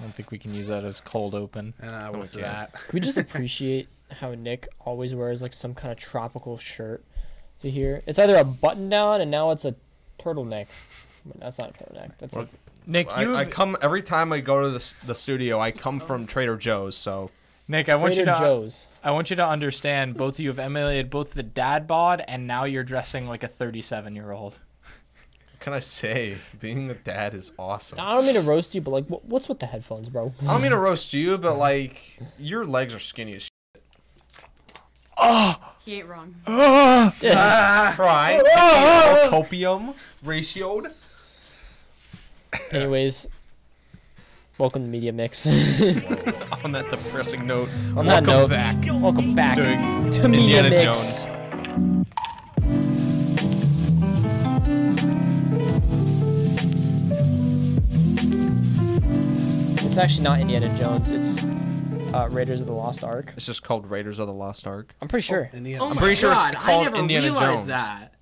don't think we can use that as cold open. And I we was can't. that. Can we just appreciate how Nick always wears like some kind of tropical shirt to here? It's either a button down and now it's a turtleneck. I mean, that's not a turtleneck. That's Well, like, Nick, I, you I have, come every time I go to the, s- the studio. I come from Trader Joe's, so Nick, I want you Trader to Joe's. I want you to understand both of you have emulated both the dad bod and now you're dressing like a 37 year old. Oh what can I say? Being a dad is awesome. I don't mean to roast you, but like, wh- what's with the headphones, bro? I don't mean to roast you, but like your legs are skinny as shit. He ain't wrong. Uh, Cry. Copium ratioed. Anyways, welcome to Media Mix. On that depressing note, On that welcome note, back. welcome back Doing to Media Indiana Mix. Jones. It's actually not Indiana Jones. It's uh, Raiders of the Lost Ark. It's just called Raiders of the Lost Ark. I'm pretty sure. Indiana. Oh my pretty sure it's god, I called never Indiana realized Jones. that.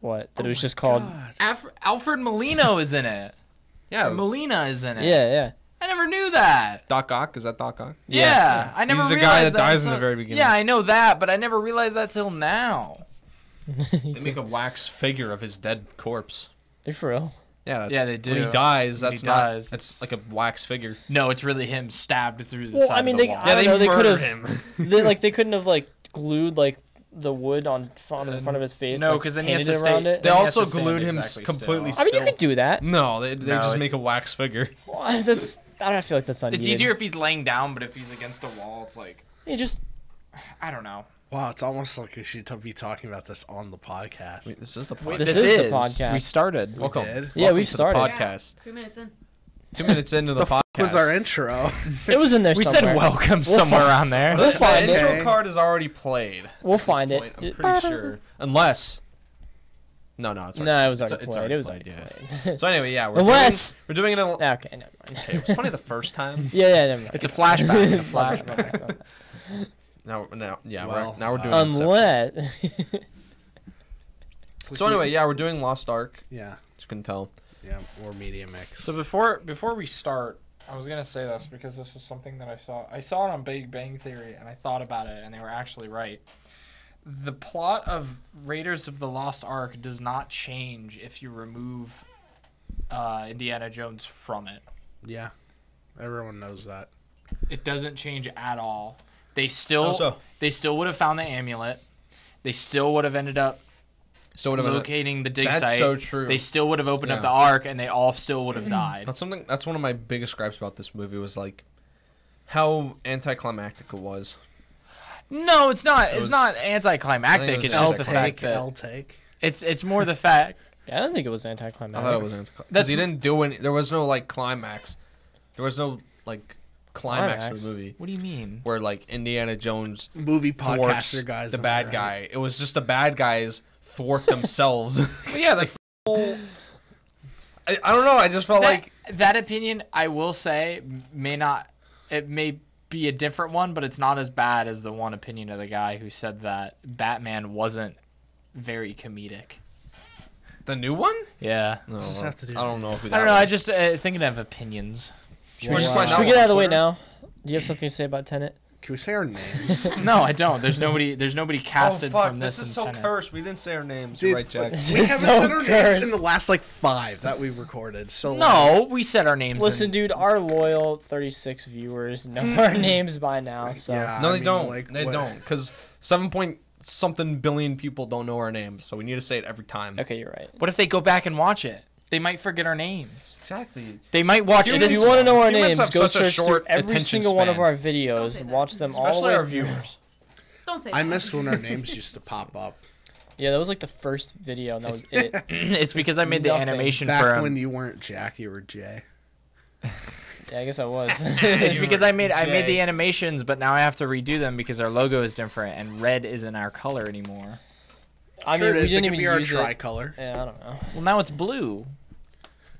What? That it was just called. Af- Alfred Molino is in it. Yeah, Molina is in it. Yeah, yeah. I never knew that. Doc Ock. Is that Doc Ock? Yeah, I never He's the realized guy that that dies in the till- very beginning. Yeah, I know that, but I never realized that till now. They make a wax figure of his dead corpse. Are you for real? Yeah, that's, Yeah, they When do. he dies, When that's he not. dies, It's it's- like a wax figure. No, it's really him stabbed through the Well, side I mean, of the they, wall. I don't know. They could murder have. they like they couldn't have like glued like the wood on front of the front of his face. no, like, because then he has to painted stay. around then it. They he has also to stand glued him exactly completely I Still. mean, you still- could do that. No, they, they No, just it's- make a wax figure. Why- That's I don't feel like that's unneeded. It's easier if he's laying down, but if he's against a wall, it's like You just I don't know. Wow, it's almost like we should be talking about this on the podcast. This is the This this is the is. podcast. We started. Welcome. did? Yeah, Welcome we've to the started. podcast. Yeah, two minutes in. Two minutes into the, The podcast. fuck was our intro? it was in there. We somewhere. said welcome somewhere on there. We'll find the it. intro Okay. card is already played. at We'll this find it. point, I'm pretty sure, unless. No, no, it's already, No, it was already it's- it's played. it was already already played, played. yeah. So anyway, yeah, we're Unless- doing, we're doing it. In, Yeah, okay, never mind. It was funny the first time. Yeah, yeah, never mind. It's a flashback. a flashback. Now, now, yeah, Well, we're, now we're doing. an exception. Unless So anyway, yeah, we're doing Lost Ark. yeah, As you can tell. yeah, or media mix. So before before we start, I was gonna say this because this was something that I saw. I saw it on Big Bang Theory, and I thought about it, and they were actually right. The plot of Raiders of the Lost Ark does not change if you remove uh, Indiana Jones from it. yeah, everyone knows that. It doesn't change at all. They still How Oh, so? they still would have found the amulet. They still would have ended up So what about it? locating the dig That's site. so true. They still would have opened Yeah. up the ark, and they all still would have died. That's something. That's one of my biggest gripes about this movie was like how anticlimactic it was. No, it's not. it's was- not anticlimactic. I think it It's was just I'll the anticlimactic. fact take. that I'll take. it's it's more the fact. yeah, I don't think it was I thought anticlimactic. it was anticlimactic because That's- he didn't do any. There was no like climax. There was no like climax, to Climax? the movie What do you mean? where like Indiana Jones Movie thwarts podcaster guys. the am I bad right? guy. It was just the bad guys thwart themselves. But yeah, the whole I, I don't know. I just felt like like that opinion. I will say m- may not. It may be a different one, but it's not as bad as the one opinion of the guy who said that Batman wasn't very comedic. the new one. Yeah. No, Does this have to do I don't know. Who that I don't know. I was. just uh, thinking of opinions. We're just Should finding we out get on out of the way Twitter. now? Do you have something to say about Tenet? Can we say our names? No, I don't. There's nobody. There's nobody casted oh, fuck, from this. This is in so Tenet. cursed. We didn't say our names. Dude, You're right, Jack. This we is haven't so said our names in cursed. the last like five that we recorded. So like, No, we said our names. in- Listen, dude, our loyal 36 viewers know our names by now, so yeah, No, I they mean, don't. Like, they what- don't. Because seven point something billion people don't know our names, so we need to say it every time. okay, you're right. What if they go back and watch it? They might forget our names. Exactly. They might watch If it. If Humans- you want to know our humans names, have go such a search through short every attention single one of span. our Don't videos, say that. watch them all the especially way our through. viewers. Don't say I that. miss when our names used to pop up Yeah, that was like the first video, and that was it. it's because I made the Nothing. animation back for um, when him. you weren't Jack, you were Jay. Yeah, I guess I was. It's because I made I made Jay. the animations, but now I have to redo them because our logo is different and red isn't our color anymore. I mean, sure it we is. didn't it could even be our use it. tricolor. Yeah, I don't know. Well, now it's blue.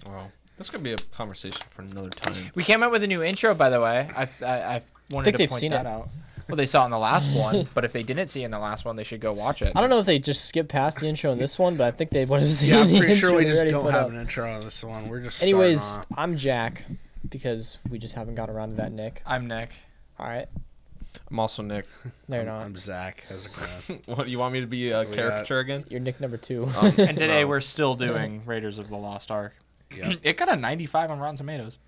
Well, this could be a conversation for another time. We came up with a new intro, by the way. I've I, I've wanted Think to they've point seen that it. out. Well, they saw it in the last one, but if they didn't see it in the last one, they should go watch it. I don't know if they just skipped past the intro in this one, but I think they would have seen Yeah, I'm the pretty sure intro we they just already don't put have up. an intro on this one. We're just. starting Anyways, off. I'm Jack. because we just haven't got around to that, Nick. I'm Nick. All right, I'm also Nick. no, you're I'm, not. I'm Zach. How's it going? What you want me to be a What we got? caricature again? You're Nick number two. Oh, Um, And today no. we're still doing Raiders of the Lost Ark. yeah. It got a 95 on Rotten Tomatoes.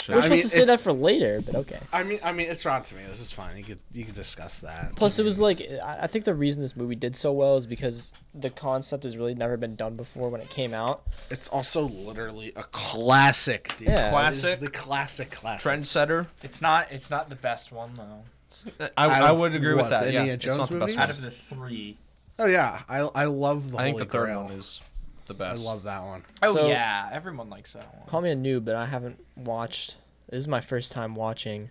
Shit. We're I supposed mean, to say it's- that for later, but okay. I mean, I mean, it's Rotten Tomatoes. It's fine. You could you could discuss that. Plus, it was like I I think the reason this movie did so well is because the concept has really never been done before when it came out. It's also literally a classic. Dude. Yeah. This is Classic. The classic classic. trendsetter. It's not. It's not the best one though. I, Out I of would agree what, with that. the yeah, Indiana it's Jones not the best movies? one. Out of the three. Oh yeah, I I love the I think the Holy third Grail. one is the I best. love that one. Oh So- yeah, everyone likes that one. Call me a noob, but I haven't watched. This is my first time watching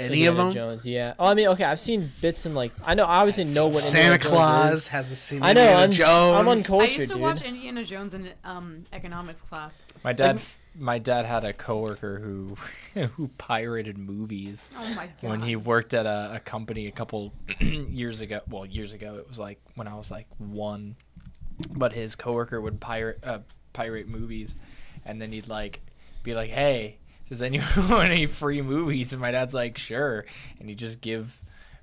Any of Indiana them? Jones, yeah. Oh, I mean, okay, I've seen bits and like I know I obviously know what Santa Indiana Jones Claus is. has a scene. I know Indiana I'm s- Jones. I'm I uncultured, used to dude. watch Indiana Jones in um, economics class. My dad. My dad had a coworker who who pirated movies. Oh my god. when he worked at a, a company a couple years ago. Well, years ago it was like when I was like one, but his coworker would pirate uh, pirate movies, and then he'd like be like, "Hey, does anyone want any free movies?" And my dad's like, "Sure," and he just give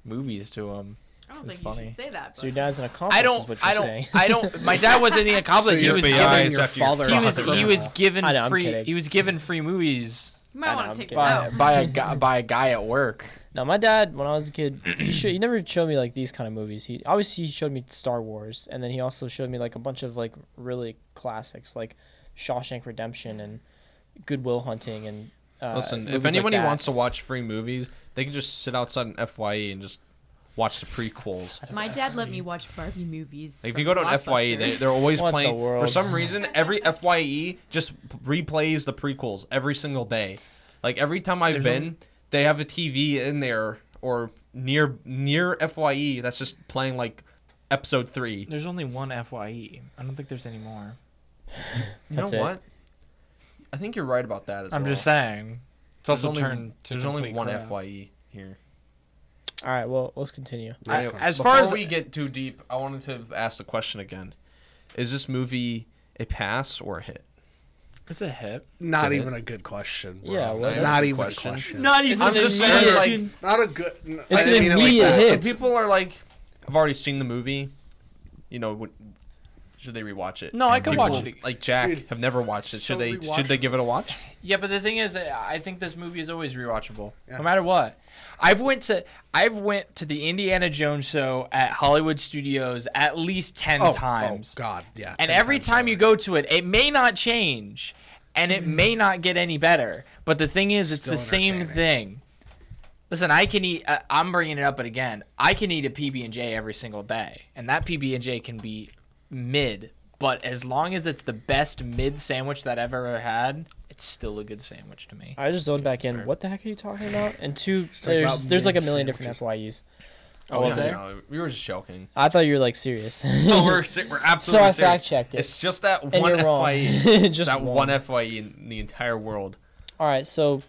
movies to him. I don't It's think you funny. should say that. So your but- dad's an accomplice. I Is don't. what you're I don't. saying. I don't. My dad wasn't an So accomplice. you're he was beyond given. your after your father. He was, he was given I know, I'm free. kidding. He was given free movies you might I want don't to take get by that out. by a guy, by a guy at work. Now, my dad, when I was a kid, he, showed, he never showed me like these kind of movies. He obviously he showed me Star Wars, and then he also showed me like a bunch of like really classics, like Shawshank Redemption and Goodwill Hunting. And uh, Listen, movies if like anybody that. wants to watch free movies, they can just sit outside an FYE and just watch the prequels. My dad let me watch Barbie movies. Like, if from you go to an FYE, they, Blockbuster. they're always What the playing. For world? some reason, every FYE just replays the prequels every single day. Like every time I've been, they have a TV in there or near near FYE that's just playing like episode three. There's only one FYE. I don't think there's any more. You That's know it. what? I think you're right about that as I'm well. just saying. It's There's also only, turned to there's only complete one crap. FYE here. All right, well, let's continue. I- Reference. as Before far as we get too deep, I wanted to ask the question again: Is this movie a pass or a hit? it's a hit. Not Is it? even a good question. Bro. Yeah, well, not, that's the even question. a question. even I'm an just saying, like, immediate- not a good. It's It's an immediate hit. if people are like, "I've already seen the movie," you know, would, should they rewatch it? No, I could People watch it. Like Jack, Dude, have never watched it. so Should they? Should they rewatchable. give it a watch? Yeah, but the thing is, uh, I I think this movie is always rewatchable, Yeah. no matter what. I've went to I've went to the Indiana Jones show at Hollywood Studios at least ten Oh, times, Oh God, yeah. and ten every times time over. you go to it, it may not change, and it may Mm. not get any better. But the thing is, it's Still the same entertaining. thing. Listen, I can eat. Uh, I'm bringing it up, but again, I can eat a PB and J every single day, and that PB and J can be mid. But as long as it's the best mid sandwich that I've ever had, it's still a good sandwich to me. I just zoned back in. What the heck are you talking about? And two, talking there's about there's like a mid million different FYEs. Oh, was yeah, there? no, we were just joking. I thought you were like serious. No, we're si- we're absolutely. So I serious. fact-checked it. It's just that And one you're wrong. FYE. Just just that one. one. FYE in the entire world. All right, so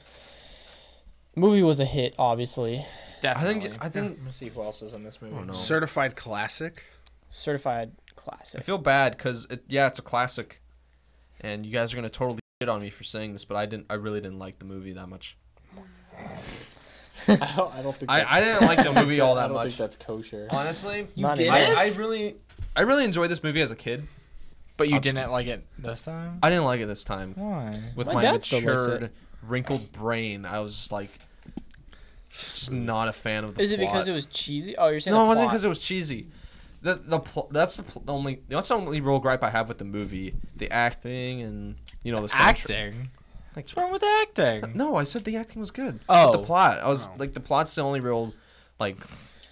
movie was a hit, obviously. Definitely. I think- Let's see who else is in this movie. don't know. certified classic. Certified I classic. feel bad because it, yeah, it's a classic, and you guys are gonna totally shit on me for saying this, but I didn't. I really didn't like the movie that much. I don't, I don't think I, I didn't like the movie I all that don't think much. that's kosher. Honestly, Not did? anymore. I, I really, I really enjoyed this movie as a kid. But you didn't like it this time. I didn't like it this time Why? with My my, dad still likes it. matured, wrinkled brain. I was just like, just not a fan of the. Is it because it was cheesy? Oh, you're saying No, the it wasn't plot. because it was cheesy. The the pl- that's the pl- only that's the only real gripe I have with the movie. The acting and you know the soundtrack. Acting. What's wrong with acting? No, I said the acting was good. Oh. But the plot. I was Oh. like the plot's the only real like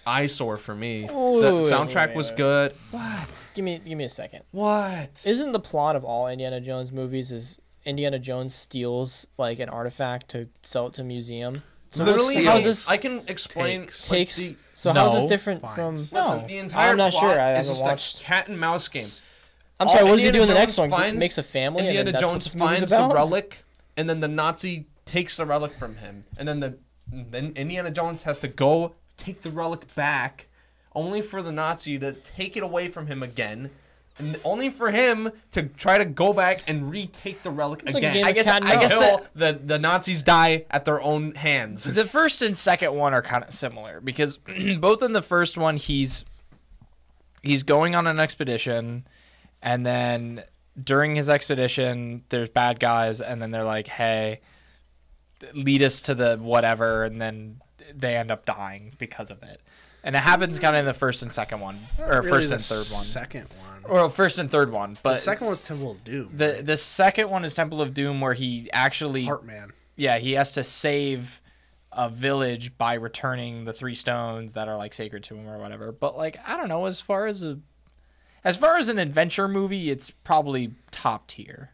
eyesore for me. Ooh, the wait, soundtrack wait, was wait. good. What? Give me, give me a second. What? Isn't the plot of all Indiana Jones movies is Indiana Jones steals like an artifact to sell it to a museum? So what's- Literally, how's this I can explain. Takes. like, takes? the- so how's this No, different fine. from? Listen, No. the entire I'm not plot sure. I is haven't just watched- a cat and mouse game. I'm sorry. all What does he do in the Indiana next Jones one? finds- Makes a family. and Indiana then that's what Jones this movie's finds the about? relic, and then the Nazi takes the relic from him, and then the then Indiana Jones has to go take the relic back, only for the Nazi to take it away from him again, and only for him to try to go back and retake the relic It's like again. a game I of guess cat and I guess mouse. until the, the Nazis die at their own hands. The first and second one are kind of similar because both in the first one he's he's going on an expedition and then during his expedition there's bad guys and then they're like, "Hey, lead us to the whatever," and then they end up dying because of it. And it happens kind of in the first and second one or Really first the and third one. Second one. or first and third one, but the second one's Temple of Doom. the the second one is Temple of Doom where he actually Heartman. yeah, he has to save a village by returning the three stones that are like sacred to him or whatever. But like, I don't know, as far as a as far as an adventure movie, it's probably top tier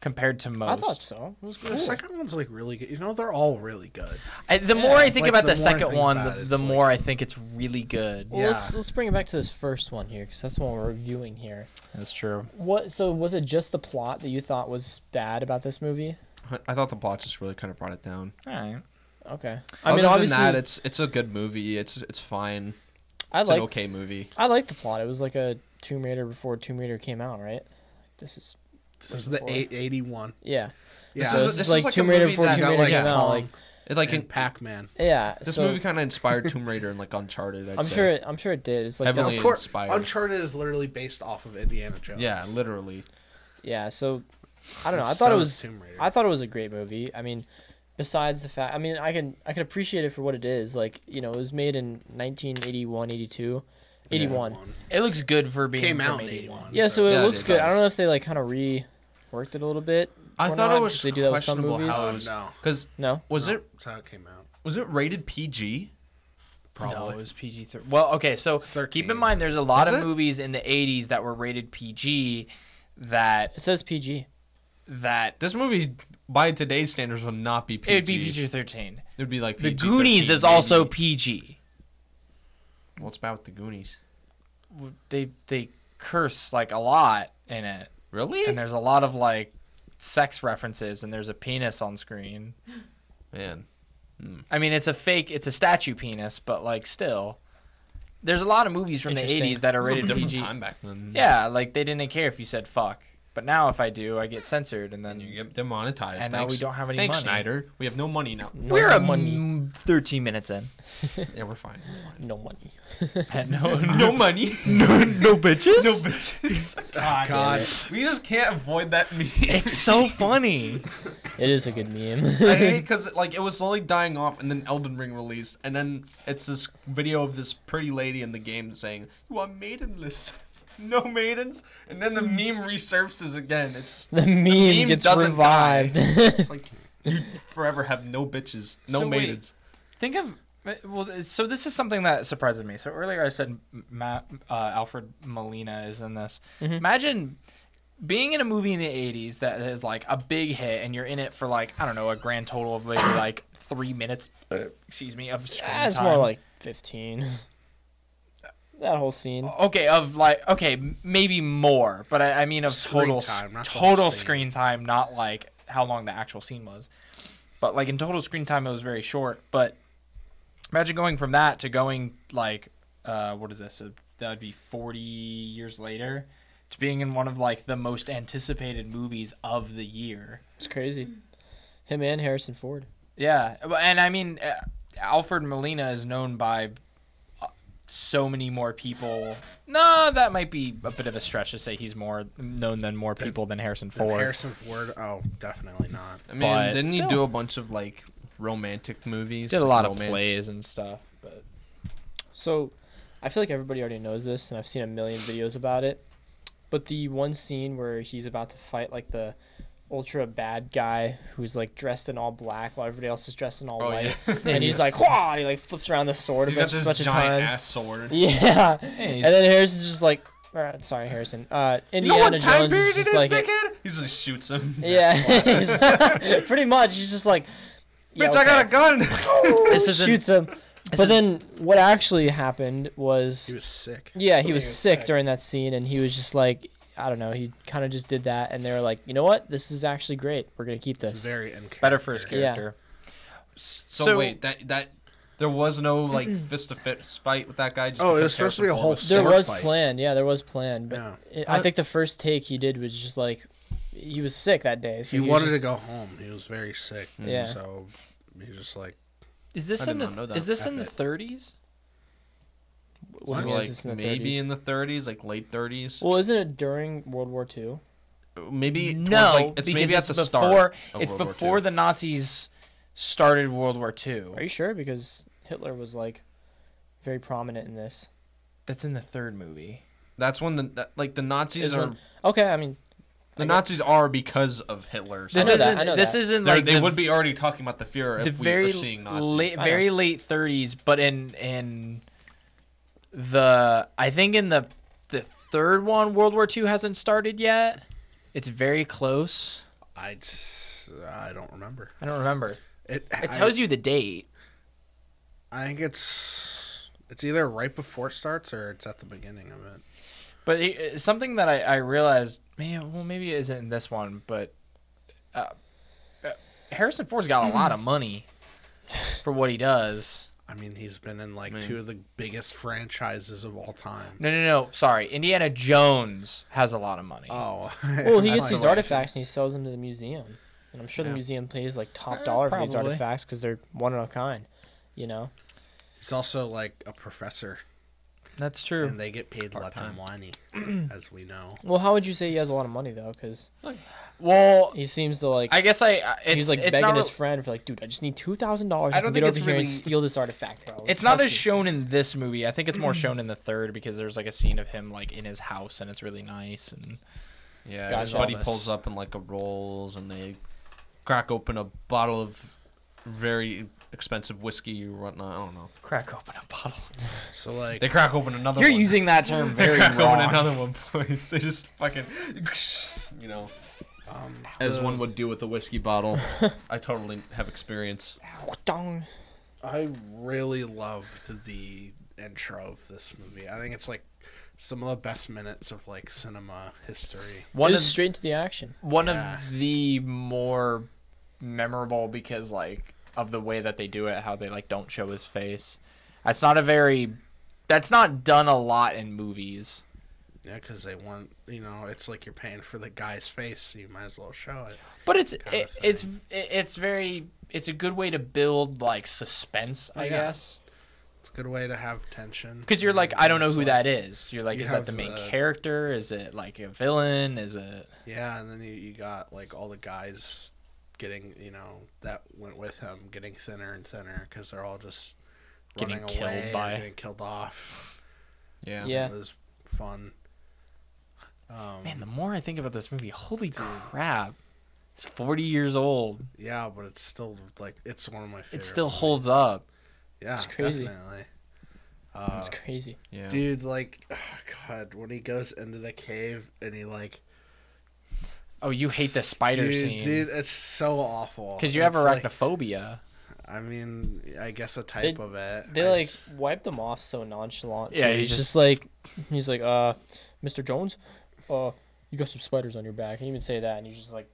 compared to most. I thought so. It was cool. The second one's like really good. You know, they're all really good. I- the more I think like, about the the, more I second think one, about the, it, the it's more I think it's really good. Well, let's Yeah. let's bring it back to this first one here because that's the one we're reviewing here. That's true. What? So was it just the plot that you thought was bad about this movie? I thought the plot just really kind of brought it down. All right. Okay. I I mean, mean, other than obviously, that, it's it's a good movie. It's it's fine. I It's like an okay movie. I like the plot. It was like a Tomb Raider before Tomb Raider came out, right? This is This is the Before. eight eighty one. yeah. Yeah, So is- this, this is is like like a Tomb Raider movie before that Tomb got, Raider like, came out. Kong Like It like and in, Pac Man. yeah. this so movie kind of inspired Tomb Raider and like Uncharted. I'd I'm say. sure. It, I'm sure it did. It's like Heavily that's- Of course, inspired. Uncharted is literally based off of Indiana Jones. Yeah, literally. Yeah, so I don't know. And I thought so it is was Tomb Raider. I thought it was a great movie. I mean, besides the fact I mean, I can I can appreciate it for what it is. Like, you know, it was made in 1981, 82, 81. Yeah, It looks good for being Came from out in 81. 81. so it Yeah, looks it good. I does. don't know if they like kind of reworked it a little bit. I or thought not, it was 'cause they do that with some questionable movies. how Oh it was no! because No. was No, it That's how it came out. was it rated PG? No, it was PG three. Well, okay, so keep 13. in mind there's a lot Was of it? movies in the '80s that were rated PG that It says PG. that This movie by today's standards would not be PG. it would be PG thirteen. It would be like The PG-13, Goonies is also maybe. PG. What's bad with the Goonies? w- They they curse like a lot in it, Really? and there's a lot of like sex references, and there's a penis on screen. Man, I mean, it's a fake, it's a statue penis, but like still, there's a lot of movies from the Interesting. '80s that are it was a rated different PG. time back then. Yeah, like they didn't care if you said fuck, but now if I do, I get censored, and then And you get demonetized. And now Thanks. we don't have any Thanks, money. Snyder. We have no money now. No we're a money. m- 13 minutes in. yeah, we're fine. We're fine. No money. no, no money. no, no bitches. no bitches. God. God. We just can't avoid that meme. It's so funny. It is a good meme. I hate because like it was slowly dying off, and then Elden Ring released, and then it's this video of this pretty lady in the game saying, "You are maidenless, no maidens," and then the Mm. meme resurfaces again. It's the meme, meme gets doesn't die. revived. it's like you forever have no bitches, no So wait. maidens. Think of well. So this is something that surprises me. So earlier I said Ma- uh, Alfred Molina is in this. Mm-hmm. Imagine being in a movie in the '80s that is like a big hit, and you're in it for like I don't know a grand total of maybe like three minutes. uh, excuse me, of screen Yeah, it's time. more like 15. That whole scene. Okay, of like okay, m- maybe more, but I, I mean of Screen total time, not the whole total scene. screen time, not like how long the actual scene was. But like in total screen time, it was very short. But imagine going from that to going like uh, what is this? Uh, that would be forty years later to being in one of like the most anticipated movies of the year. It's crazy. Him and Harrison Ford. Yeah, well, and I mean, uh, Alfred Molina is known by uh, so many more people. No, that might be a bit of a stretch to say he's more known than more people than Harrison Then Ford. Harrison Ford. Oh, definitely not. I mean, But didn't still. he do a bunch of like romantic movies? Did a like, lot of romance? plays and stuff, but So, I feel like everybody already knows this, and I've seen a million videos about it. But the one scene where he's about to fight like the ultra bad guy who's like dressed in all black while everybody else is dressed in all Oh white, yeah, and he's like, "Wah!" and he like flips around the sword a he's got bunch, this bunch of giant times. ass sword. Yeah, and he's- then Harrison's just like, or, sorry, Harrison. Uh, You know Indiana what time Jones period is it is, just like, dickhead? He just shoots him. yeah, he's- pretty much. He's just like, yeah, Bitch, I got a okay. gun. this is shoots him. But then what actually happened was He was sick. Yeah, he was sick during that scene, and he was just like, I don't know, he kind of just did that, and they were like, you know what, this is actually great. We're gonna keep It's this. very in better for his Yeah. character. So, So- wait, that that There was no like fist to fist fight with that guy. Just Oh, it because was supposed to be Harrison a whole Ford There sword was fight. plan, yeah, there was plan, but Yeah. it- I Uh, think the first take he did was just like he was sick that day. So He, was wanted just- to go home. He was very sick. Yeah. So he was just like, Is this I in did the not know that. is this in the Epic. 30s? What do you mean, was is this like in the maybe 30s? in the 30s, like late 30s. Well, isn't it during World War II? maybe towards, no, like, it's because maybe at it's the before start. of it's World War before II. the Nazis started World War Are II. you sure? Because Hitler was like very prominent in this. That's in the third movie. That's when the that- like the Nazis Is are when- Okay, I mean, the I get- Nazis are because of Hitler. So This know isn't that, I know this that. isn't they're- like they the- would be already talking about the Fuhrer the if we very are seeing Nazis. late I very late 30s, but in in the I think in the the third one World War II hasn't started yet. It's very close. I, s- I don't remember. I don't remember. It, It I- tells you the date. I think it's it's either right before it starts or it's at the beginning of it. But it, uh, something that I, I realized, man, well, maybe it isn't in this one, but uh, uh, Harrison Ford's got a lot of money for what he does. I mean, he's been in like Man. two of the biggest franchises of all time. No, no, no. Sorry. Indiana Jones has a lot of money. Uh, Oh, well, he I'm gets these sorry. artifacts and he sells them to the museum, and I'm sure the Yeah. museum pays like top Eh, dollar for these probably. artifacts because they're one of a kind. You know, He's also like a professor, That's true. and they get paid lots of money, as we know. well, how would you say he has a lot of money though? Because well, he seems to like I guess I. I- It's, he's like it's begging not his re- friend for like, dude, I just need two thousand dollars. I I don't don't get think over it's here really- and steal this artifact, bro. It's not Trust as me." shown in this movie. I think it's Mm-hmm. more shown in the third because there's like a scene of him like in his house and it's really nice and Yeah, Guys, everybody all this. pulls up in like a rolls, and they crack open a bottle of very expensive whiskey or whatnot. I don't know. crack open a bottle. So like, They crack open another. You're one. using that term They very crack open wrong. another one, boys. They just fucking, you know, um, as the- one would do with a whiskey bottle. I totally have experience. Dong. I really loved the intro of this movie. I think it's like some of the best minutes of like cinema history. One it of was straight into the action. one Yeah. of the more memorable because like of the way that they do it how they like don't show his face that's not a very that's not done a lot in movies Yeah, because they want you know, it's like you're paying for the guy's face, so you might as well show it. but it's Kinda it, it's it, it's very it's a good way to build like suspense i Oh, Yeah. guess. guess It's a good way to have tension. because you're like i don't know who that is you're like you is that have the main the- character is it like a villain is it Yeah, and then you, you got like all the guys getting you know that went with him getting thinner and thinner because they're all just Getting running killed away or by- getting killed off. Yeah. Yeah. it was fun. Um, man the more i think about this movie holy crap it's 40 years old yeah, but it's still like it's one of my favorite. it still holds up yeah, it's crazy. Definitely. Uh, It's crazy. Yeah. dude, like, oh, God, when he goes into the cave and he like oh you hate the spider dude, scene Dude, it's so awful. Because you have It's like- arachnophobia. I mean, I guess a type They- of it. They I like just- wiped him off so nonchalant. Yeah, Yeah, he he's just- just, like, he's like, uh, Mr. Jones, uh, you got some spiders on your back. He didn't even say that, and he's just like,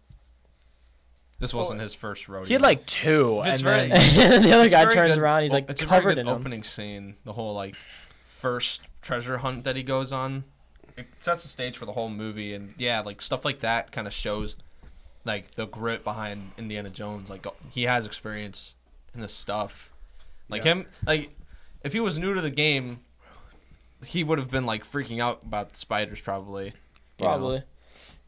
This wasn't his first Oh, rodeo. he had like two, and It's then very- and the other It's guy very turns good- around, he's well, like it's a very covered good in 'em. opening scene. The whole like first treasure hunt that he goes on. It sets the stage for the whole movie, and yeah, like stuff like that kind of shows like the grit behind Indiana Jones. Like he has experience in this stuff. Like Yeah. him, like if he was new to the game, he would have been like freaking out about the spiders probably. you know? Probably.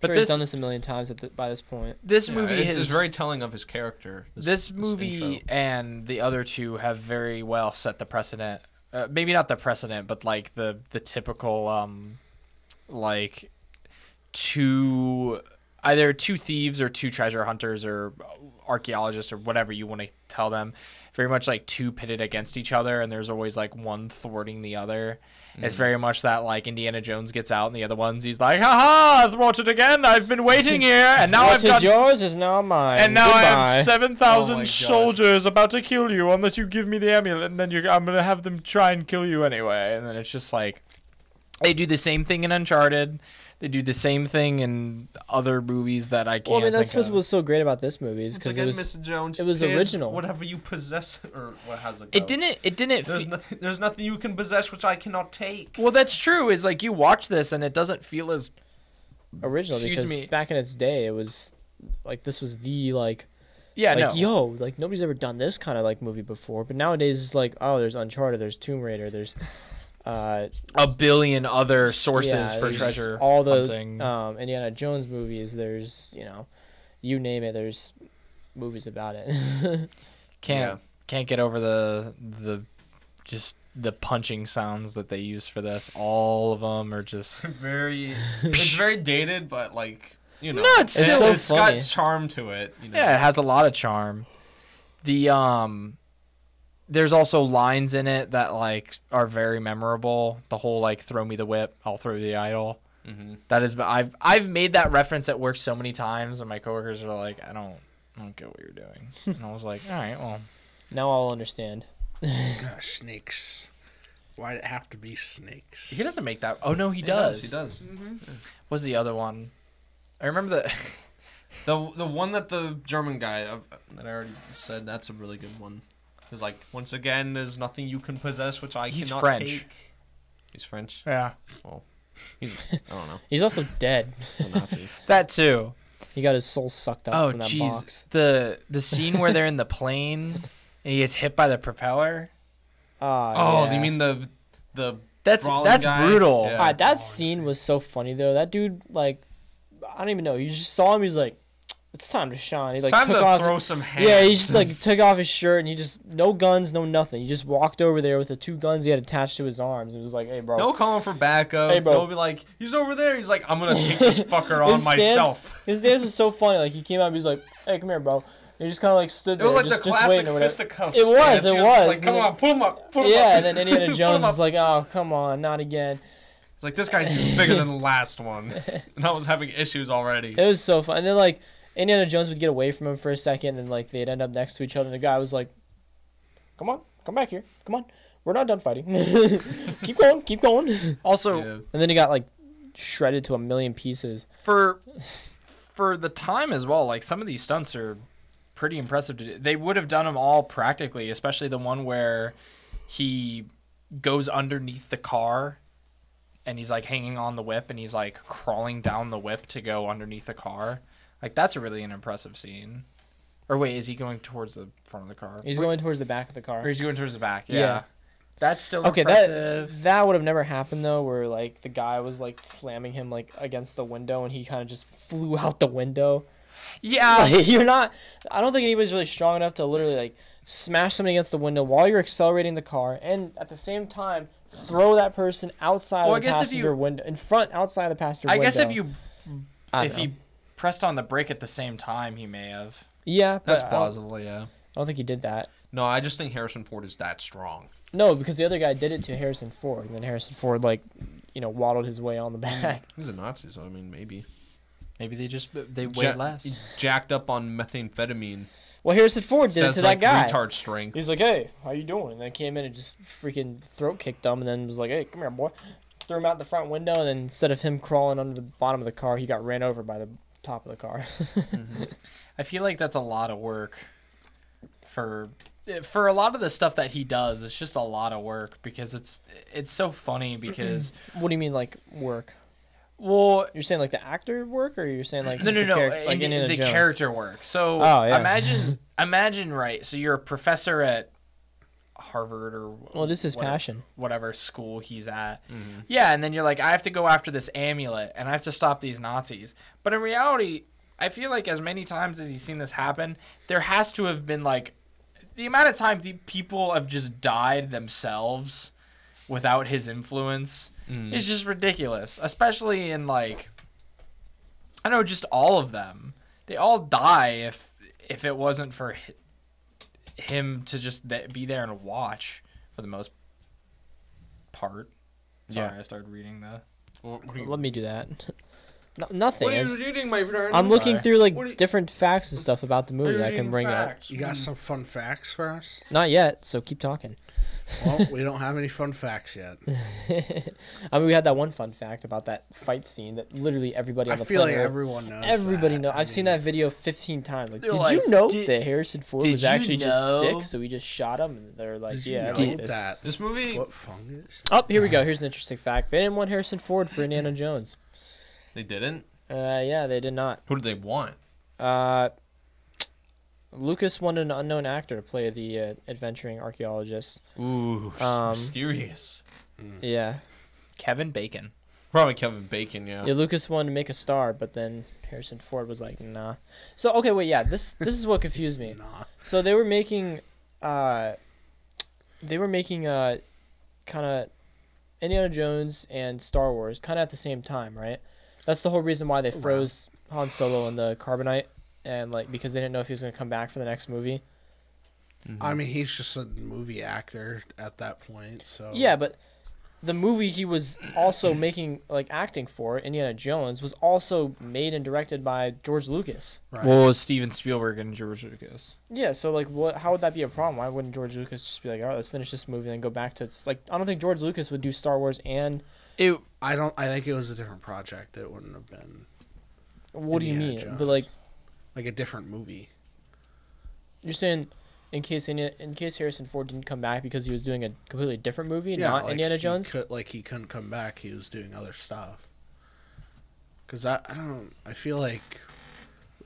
But But sure, this- he's done this a million times at the, by this point. this Yeah, movie it's, is it's very telling of his character. This intro. movie and the other two have very well set the precedent. Uh, maybe not the precedent, but like the the typical um, like two either two thieves or two treasure hunters or archaeologists or whatever you want to tell them. Very much like two pitted against each other, and there's always like one thwarting the other. It's very much that like Indiana Jones gets out, and the other ones he's like, "Ha ha! Thwarted again! I've been waiting here, and now I've What got is yours is now mine. and now I Goodbye. have 7,000 Oh my God. soldiers about to kill you unless you give me the amulet, and then you're, I'm going to have them try and kill you anyway. And then it's just like, they do the same thing in Uncharted. They do the same thing in other movies that I can't. Well, I mean, that's think what of. was so great about this movie is It's like, because "Hey, it was Mr. Jones, it was here's original. Whatever you possess, or what has it? go? It didn't. It didn't. There's fe- nothing. There's nothing you can possess which I cannot take. well, that's true. Is like you watch this and it doesn't feel as original Excuse because me. back in its day, it was like this was the like yeah. like no. yo like nobody's ever done this kind of like movie before. But nowadays it's like oh, there's Uncharted, there's Tomb Raider, there's uh a billion other sources yeah, for there's treasure. all the hunting. um Indiana Jones movies. There's you know, you name it. There's movies about it. can't can't get over the the just the punching sounds that they use for this. All of them are just very. It's very dated, but like you know, No, it's it's, still it's funny. got charm to it. You know? yeah. It has a lot of charm. The um, there's also lines in it that like are very memorable. The whole like throw me the whip, I'll throw the idol. Mm-hmm. That is, I've I've made that reference at work so many times, and my coworkers are like, I don't. I don't get what you're doing. And I was like, all right, well, now I'll understand. Gosh, ah, snakes. Why'd it have to be snakes? he doesn't make that. Oh, no, he, does. He does. What's the other one? I remember the. The the one that the German guy uh, that I already said that's a really good one. Is like once again, there's nothing you can possess which I He's cannot French. take. He's French. Yeah. He's I don't know. He's also dead. a Nazi. That too. He got his soul sucked up Oh from that jeez. box. The the scene where they're in the plane and he gets hit by the propeller. Uh, oh, yeah. you mean the the That's Brawling that's guy. brutal. Yeah. Ah, that Oh, scene see. was so funny though. That dude, like, I don't even know. You just saw him. He's like, "It's time to shine." He like time took to off. throw some hands. yeah, he just like took off his shirt and he just no guns, no nothing. He just walked over there with the two guns he had attached to his arms and was like, "Hey, bro." No calling for backup. Oh. Hey, bro. They'll be like, he's over there. He's like, I'm gonna take this fucker on his stance, myself. his dance was so funny. Like he came out, he was like, "Hey, come here, bro." And he just kind of like stood It there, was like just, the just classic waiting or whatever. fisticuffs. It was, stance. it He was, Like, and come then- on, pull him up. Put him up. Yeah, and then Indiana Pull Jones him up. is like, "Oh, come on, not again." It's like this guy's even bigger than the last one, and I was having issues already. It was so fun. And then like Indiana Jones would get away from him for a second, and like they'd end up next to each other. And the guy was like, "Come on, come back here. Come on, we're not done fighting. keep going, keep going." And Also, Yeah. then he got like shredded to a million pieces. for for the time as well, like some of these stunts are pretty impressive. To do. They would have done them all practically, especially the one where he goes underneath the car and he's like hanging on the whip and he's like crawling down the whip to go underneath the car. Like that's a really an impressive scene. Or wait, is he going towards the front of the car? He's going towards the back of the Or car. he's going towards the back. Yeah. Yeah. That's still Okay, impressive. that that would have never happened though, where like the guy was like slamming him like against the window, and he kind of just flew out the window. Yeah. Like, you're not. I don't think anybody's really strong enough to literally like smash somebody against the window while you're accelerating the car, and at the same time throw that person outside Well, I of the guess if passenger you- window, in front, outside of the passenger I window. guess if you I if don't he pressed on the brake at the same time, he may have. yeah, That's but I don't- plausible, yeah. I don't think he did that. No, I just think Harrison Ford is that strong. No, because the other guy did it to Harrison Ford, and then Harrison Ford like, you know, waddled his way on the back. He's a Nazi, so I mean, maybe. Maybe they just they weigh Ja- less. Jacked up on methamphetamine. Well, Harrison Ford did says, it to like, that guy. Retard strength. He's like, "Hey, how you doing?" And then came in and just freaking throat kicked him, and then was like, "Hey, come here, boy." Threw him out the front window, and then instead of him crawling under the bottom of the car, he got ran over by the top of the car. I feel like that's a lot of work for eh, for a lot of the stuff that he does. It's just a lot of work because it's it's so funny because what do you mean, like work? well You're saying like the actor work, or you're saying like no no just no the charac- in- like in Indiana the Jones? character work. So Oh, yeah. imagine imagine right. So you're a professor at Harvard or Well, this is whatever- passion. whatever school he's at. Yeah, and then you're like, I have to go after this amulet and I have to stop these Nazis. But in reality, I feel like as many times as he's seen this happen, there has to have been like the amount of time the people have just died themselves without his influence is just ridiculous, especially in like I know just all of them. They all die if if it wasn't for hi- him to just th- be there and watch for the most part. Sorry, Yeah. I started reading the. Let me do that. No, nothing. I'm, s- reading, my friend? I'm looking Sorry. through like What are you- different facts and stuff about the movie I can bring You Hmm. got some fun facts for us? up. Not yet, so keep talking. Well, we don't have any fun facts yet. I mean, we had that one fun fact about that fight scene that literally everybody on I the feel like planet- everyone knows. everybody that. know. I I've seen mean, that video 15 times. Like, They're did like, you know "Did- that Harrison Ford did was you actually just know?" sick, so we just shot him? And they're like, Did you yeah, I know like this. that This movie. foot fungus? Oh, here we go. Here's an interesting fact. They didn't want Harrison Ford for Indiana Jones. They didn't. Uh, yeah, they did not. Who did they want? Uh, Lucas wanted an unknown actor to play the uh, adventuring archaeologist. Ooh, Um, mysterious. Hmm. Yeah. Kevin Bacon. Probably Kevin Bacon. Yeah. Yeah, Lucas wanted to make a star, but then Harrison Ford was like, "Nah." So okay, wait, yeah, this this is what confused Mm-hmm. me. Nah. So they were making, uh, they were making uh, kind of Indiana Jones and Star Wars kind of at the same time, right? That's the whole reason why they froze Han Solo in the carbonite, and like because they didn't know if he was gonna come back for the next movie. I mean, he's just a movie actor at that point. So Yeah, but the movie he was also making, like acting for Indiana Jones, was also made and directed by George Lucas. right. Well, it was Steven Spielberg and George Lucas. Yeah, so like, what? How would that be a problem? Why wouldn't George Lucas just be like, "All right, let's finish this movie and then go back to"? It's like I don't think George Lucas would do Star Wars and It I don't. I think it was a different project. It wouldn't have been what do you Indiana mean? Jones. But like, like a different movie. you're saying in case Indiana, in case Harrison Ford didn't come back because he was doing a completely different movie, not like, Indiana he Jones. could- like he couldn't come back. He was doing other stuff. Because I, I don't. I feel like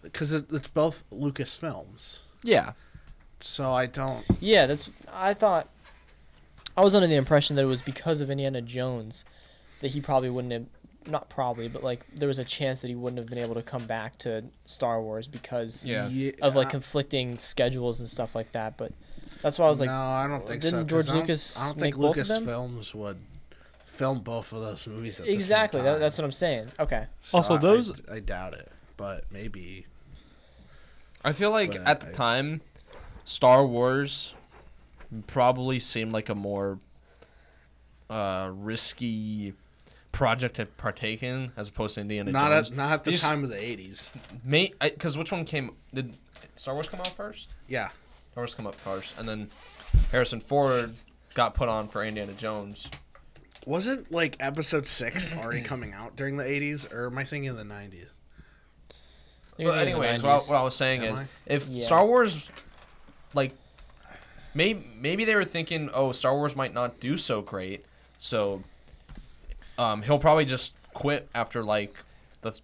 because it, it's both Lucas films. yeah. So I don't. Yeah, that's. I thought. I was under the impression that it was because of Indiana Jones that he probably wouldn't have. Not probably, but like there was a chance that he wouldn't have been able to come back to Star Wars because Yeah. of like I- conflicting schedules and stuff like that. But that's why I was like, no, I don't think so. didn't 'cause George I don't- Lucas I don't make think both of Lucas them? films would film both of those movies. At exactly. The same time. That, that's what I'm saying. Okay. So Also, I- I those- d- I, doubt it, but maybe. I feel like But at the I- time, Star Wars probably seemed like a more uh, risky project to partake in as opposed to Indiana Not Jones. at not at the They just- time of the '80s. May because which one came? Did Star Wars come out first? Yeah, Star Wars come up first, and then Harrison Ford got put on for Indiana Jones. wasn't like Episode Six already coming out during the '80s, or am I thinking the '90s? You're But thinking of the anyways, what, I- 90s. what I was saying Am is, I? if Yeah. Star Wars, like, maybe maybe they were thinking, oh, Star Wars might not do so great, so um, he'll probably just quit after like the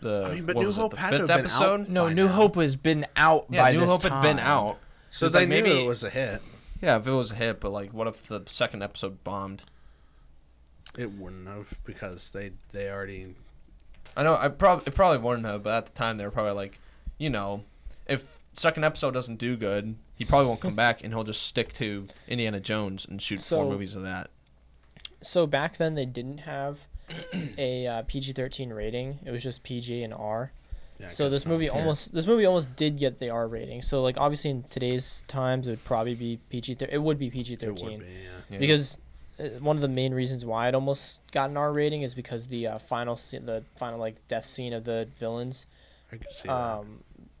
the I mean, but what New was it, Hope the had to fifth have been out. episode. No, By New now. Hope has been out Yeah, by New this Hope time. had been out. So It's they like, knew maybe- it was a hit. Yeah, if it was a hit, but like, what if the second episode bombed? It wouldn't have because they they already. I know I probably it probably wouldn't have, but at the time they were probably like, you know, if second episode doesn't do good, he probably won't come back, and he'll just stick to Indiana Jones and shoot So- four movies of that. So back then they didn't have a uh, PG-13 rating. It was just PG and R. Yeah, I so guess this not. movie almost this movie almost did get the R rating. So like obviously in today's times it would probably be PG. thir- It would be It would be, PG-13 yeah. Yeah. because uh, one of the main reasons why it almost got an R rating is because the uh, final scene, the final like death scene of the villains. I could see Uh, that. Um,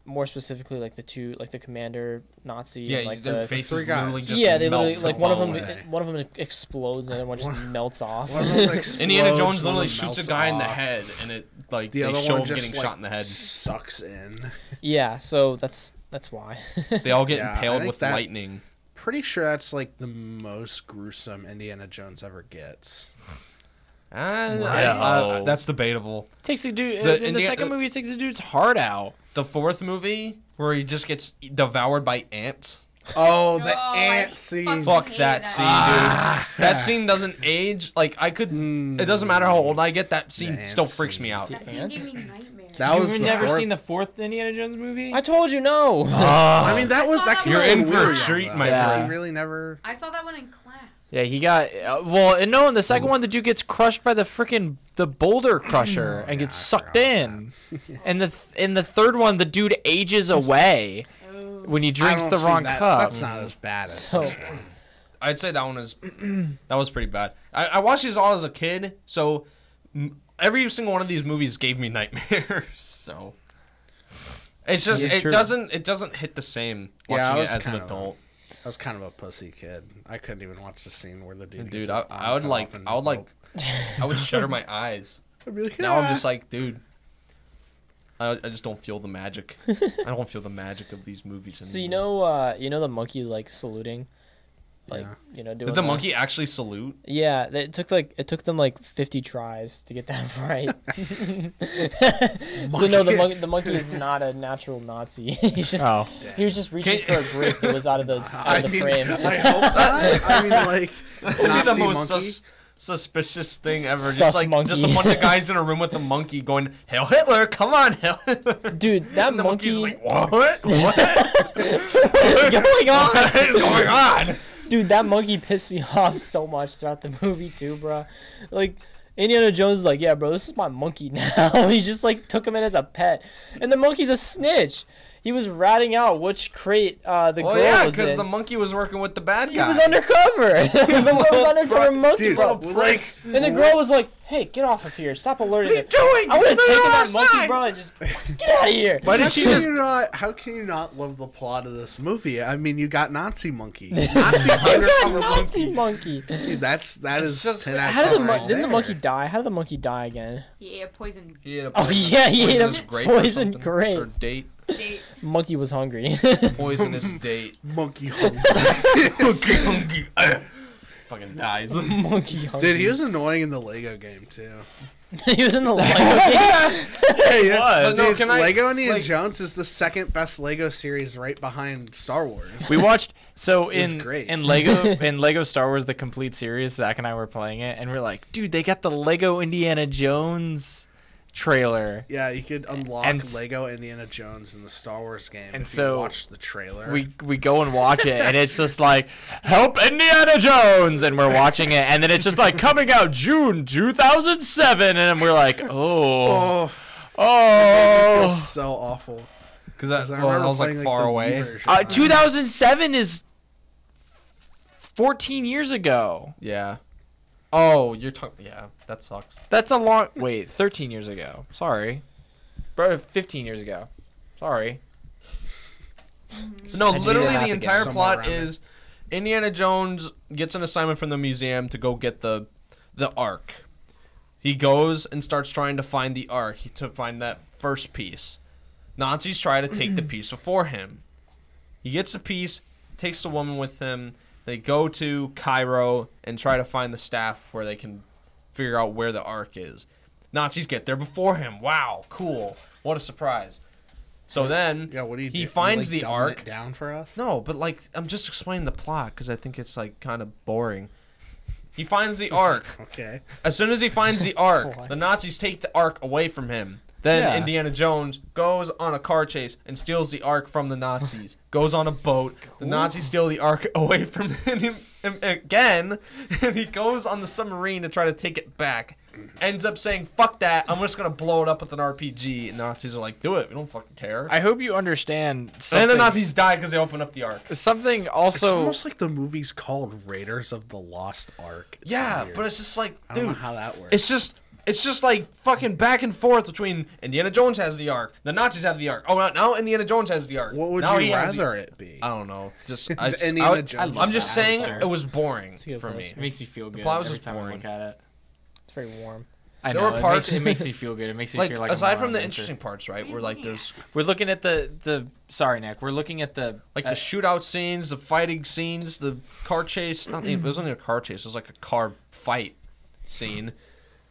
more specifically, like the two, like the commander Nazi. yeah, and, like their the, faces three guys. literally just yeah, they melt literally like and one of blow them. e, away. away. One of them explode, and the other one just melts off. One of those Indiana explodes, one Jones of literally them shoots a melts guy in the off. head, and it like The they other show one him just getting like, shot in the head. Sucks in. yeah, so that's that's why. They all get Yeah, I impaled think with that- lightning. Pretty sure that's like the most gruesome Indiana Jones ever gets. Ah, Wow. uh, that's debatable. Takes a dude. The The, in the Indiana- second movie, it takes a dude's heart out. The fourth movie where he just gets devoured by ants. Oh, the Oh, I ant scene. fucking- Fuck hate that that. scene, dude. That scene doesn't age. Like I could. Hmm. It doesn't matter how old I get. That scene ant still freaks me scene. out. That scene Ants? gave me nightmares. That was You've the never hor- seen the fourth Indiana Jones movie? I told you no. I mean, that I was saw that that. came one. out You're in for a when we were treat, young, my though. friend. We really never. I saw that one in class. yeah, he got uh, well. And no, in the second one, the dude gets crushed by the freaking the boulder crusher and gets Oh, I sucked forgot in. and the th- in the third one, the dude ages away Oh. when he I drinks don't the see wrong that- cup. That's not as bad as So- this one. I'd say that one is that was pretty bad. I, I watched these all as a kid, so m- every single one of these movies gave me nightmares. So it's just It's it true. doesn't it doesn't hit the same Yeah, watching I was it as an kinda- adult. I was kind of a pussy kid. I couldn't even watch the scene where the dude. Dude, gets I, his I would arm cut like off and I would like broke. I would shutter my eyes. I'd be like, Now I'm just "Ah." like, dude. I, I just don't feel the magic. I don't feel the magic of these movies. So you anymore. know, uh, you know the monkey like saluting, like Yeah. you know doing Did the that? monkey actually salute? Yeah, they- it took like it took them like fifty tries to get that right. so no, the monkey the monkey is not a natural Nazi. He's just Oh. he was just reaching Ah. Can- for a brick that was out of the out I of the mean, frame. I hope not. I mean, like It'd be Nazi the most monkey. sus- suspicious thing ever. Sus just like monkey. just a bunch of guys in a room with a monkey going, "Hail Hitler! Come on, Hail Hitler!" Dude, that And the monkey's monkey. like, "What? What? what What's going on? is going on?" Dude, that monkey pissed me off so much throughout the movie too, bro. Like Indiana Jones is like, yeah, bro, this is my monkey now. he just like took him in as a pet, and the monkey's a snitch. He was ratting out which crate uh, the Well, girl Oh, yeah, was because in. the monkey was working with the bad he guy. was undercover. the girl was undercover monkey, Dude, bro. like And the girl was like, "Hey, get off of here! Stop alerting what are you it." doing? I would have They're taken that monkey, outside! bro, and just get out of here. Why How did can she just? you not? How can you not love the plot of this movie? I mean, you got Nazi monkey, Nazi hunter It's a cover Nazi monkey. monkey. Dude, that's that It's is just- 10 How did the right mon- didn't the there. monkey die? How did the monkey die again? He ate a poison He ate a Oh yeah, he ate a poisonous grape or poison something, grape. Or date date. Monkey was hungry. poisonous date. monkey hungry? Monkey, monkey, eh. Fucking dies. monkey hungry. Dude, he was annoying in the Lego game too. he was in the Lego game. Hey, yeah, was. dude, No, can I- Lego Indiana like- Jones is the second best Lego series, right behind Star Wars. We watched so It was in great. in Lego in Lego Star Wars the complete series. Zach and I were playing it, and we're like, dude, they got the Lego Indiana Jones trailer. Yeah, you could unlock And s- Lego Indiana Jones in the Star Wars game And if so you watched the trailer. We we go and watch it, and it's just like, help Indiana Jones, and we're watching it, and then it's just like coming out June 2007, and we're like, oh, oh, oh, it feels so awful. Because I, 'Cause I Oh. well, I remember was like playing, far the Wii away. version. Uh, 2007 is 14 years ago. Yeah. Oh, you're talking. Yeah, that sucks. That's a long wait, 13 years ago. Sorry. Bro, 15 years ago. Sorry. No, I needed literally half the again. entire Somewhere plot around there. is Indiana Jones gets an assignment from the museum to go get the the Ark. He goes and starts trying to find the Ark to find that first piece. Nazis try to take the piece before him. He gets the piece, takes the woman with him. They go to Cairo and try to find the staff where they can figure out where the Ark is. Nazis get there before him. Wow, cool. What a surprise. So then Yeah, what do you do? he You, finds like, the dumb it Ark. down for us. No, but like I'm just explaining the plot because I think it's like kind of boring. He finds the ark. Okay. As soon as he finds the ark, What? the Nazis take the ark away from him. Then Yeah. Indiana Jones goes on a car chase and steals the ark from the Nazis. goes on a boat. The Nazis steal the ark away from him, him again, and he goes on the submarine to try to take it back. Ends up saying, "Fuck that! I'm just gonna blow it up with an RPG." And the Nazis are like, "Do it! We don't fucking care." I hope you understand something. And then the Nazis die because they open up the ark. something it's also almost like the movie's called Raiders of the Lost Ark. It's Yeah, weird. but it's just like, I don't know dude, how that works. it's just it's just like fucking back and forth between Indiana Jones has the arc, the Nazis have the arc. Oh, now- now Indiana Jones has the arc. what would now you has the- rather it be? I don't know. Just I, The just- Indiana I would- Jones I'm just is saying awesome. it was boring a good for me. It makes me feel good plot was every just time I boring. look at it. It's very warm. I There know. were it, parts- makes, it makes me feel good. It makes me Like feel like I'm aside from around the nature. interesting parts, right? What are Where you like looking there's We're looking at the the sorry, Nick. We're looking at the like uh, the shootout scenes, the fighting scenes, the car chase. Not the, it wasn't a car chase. It was like a car fight scene.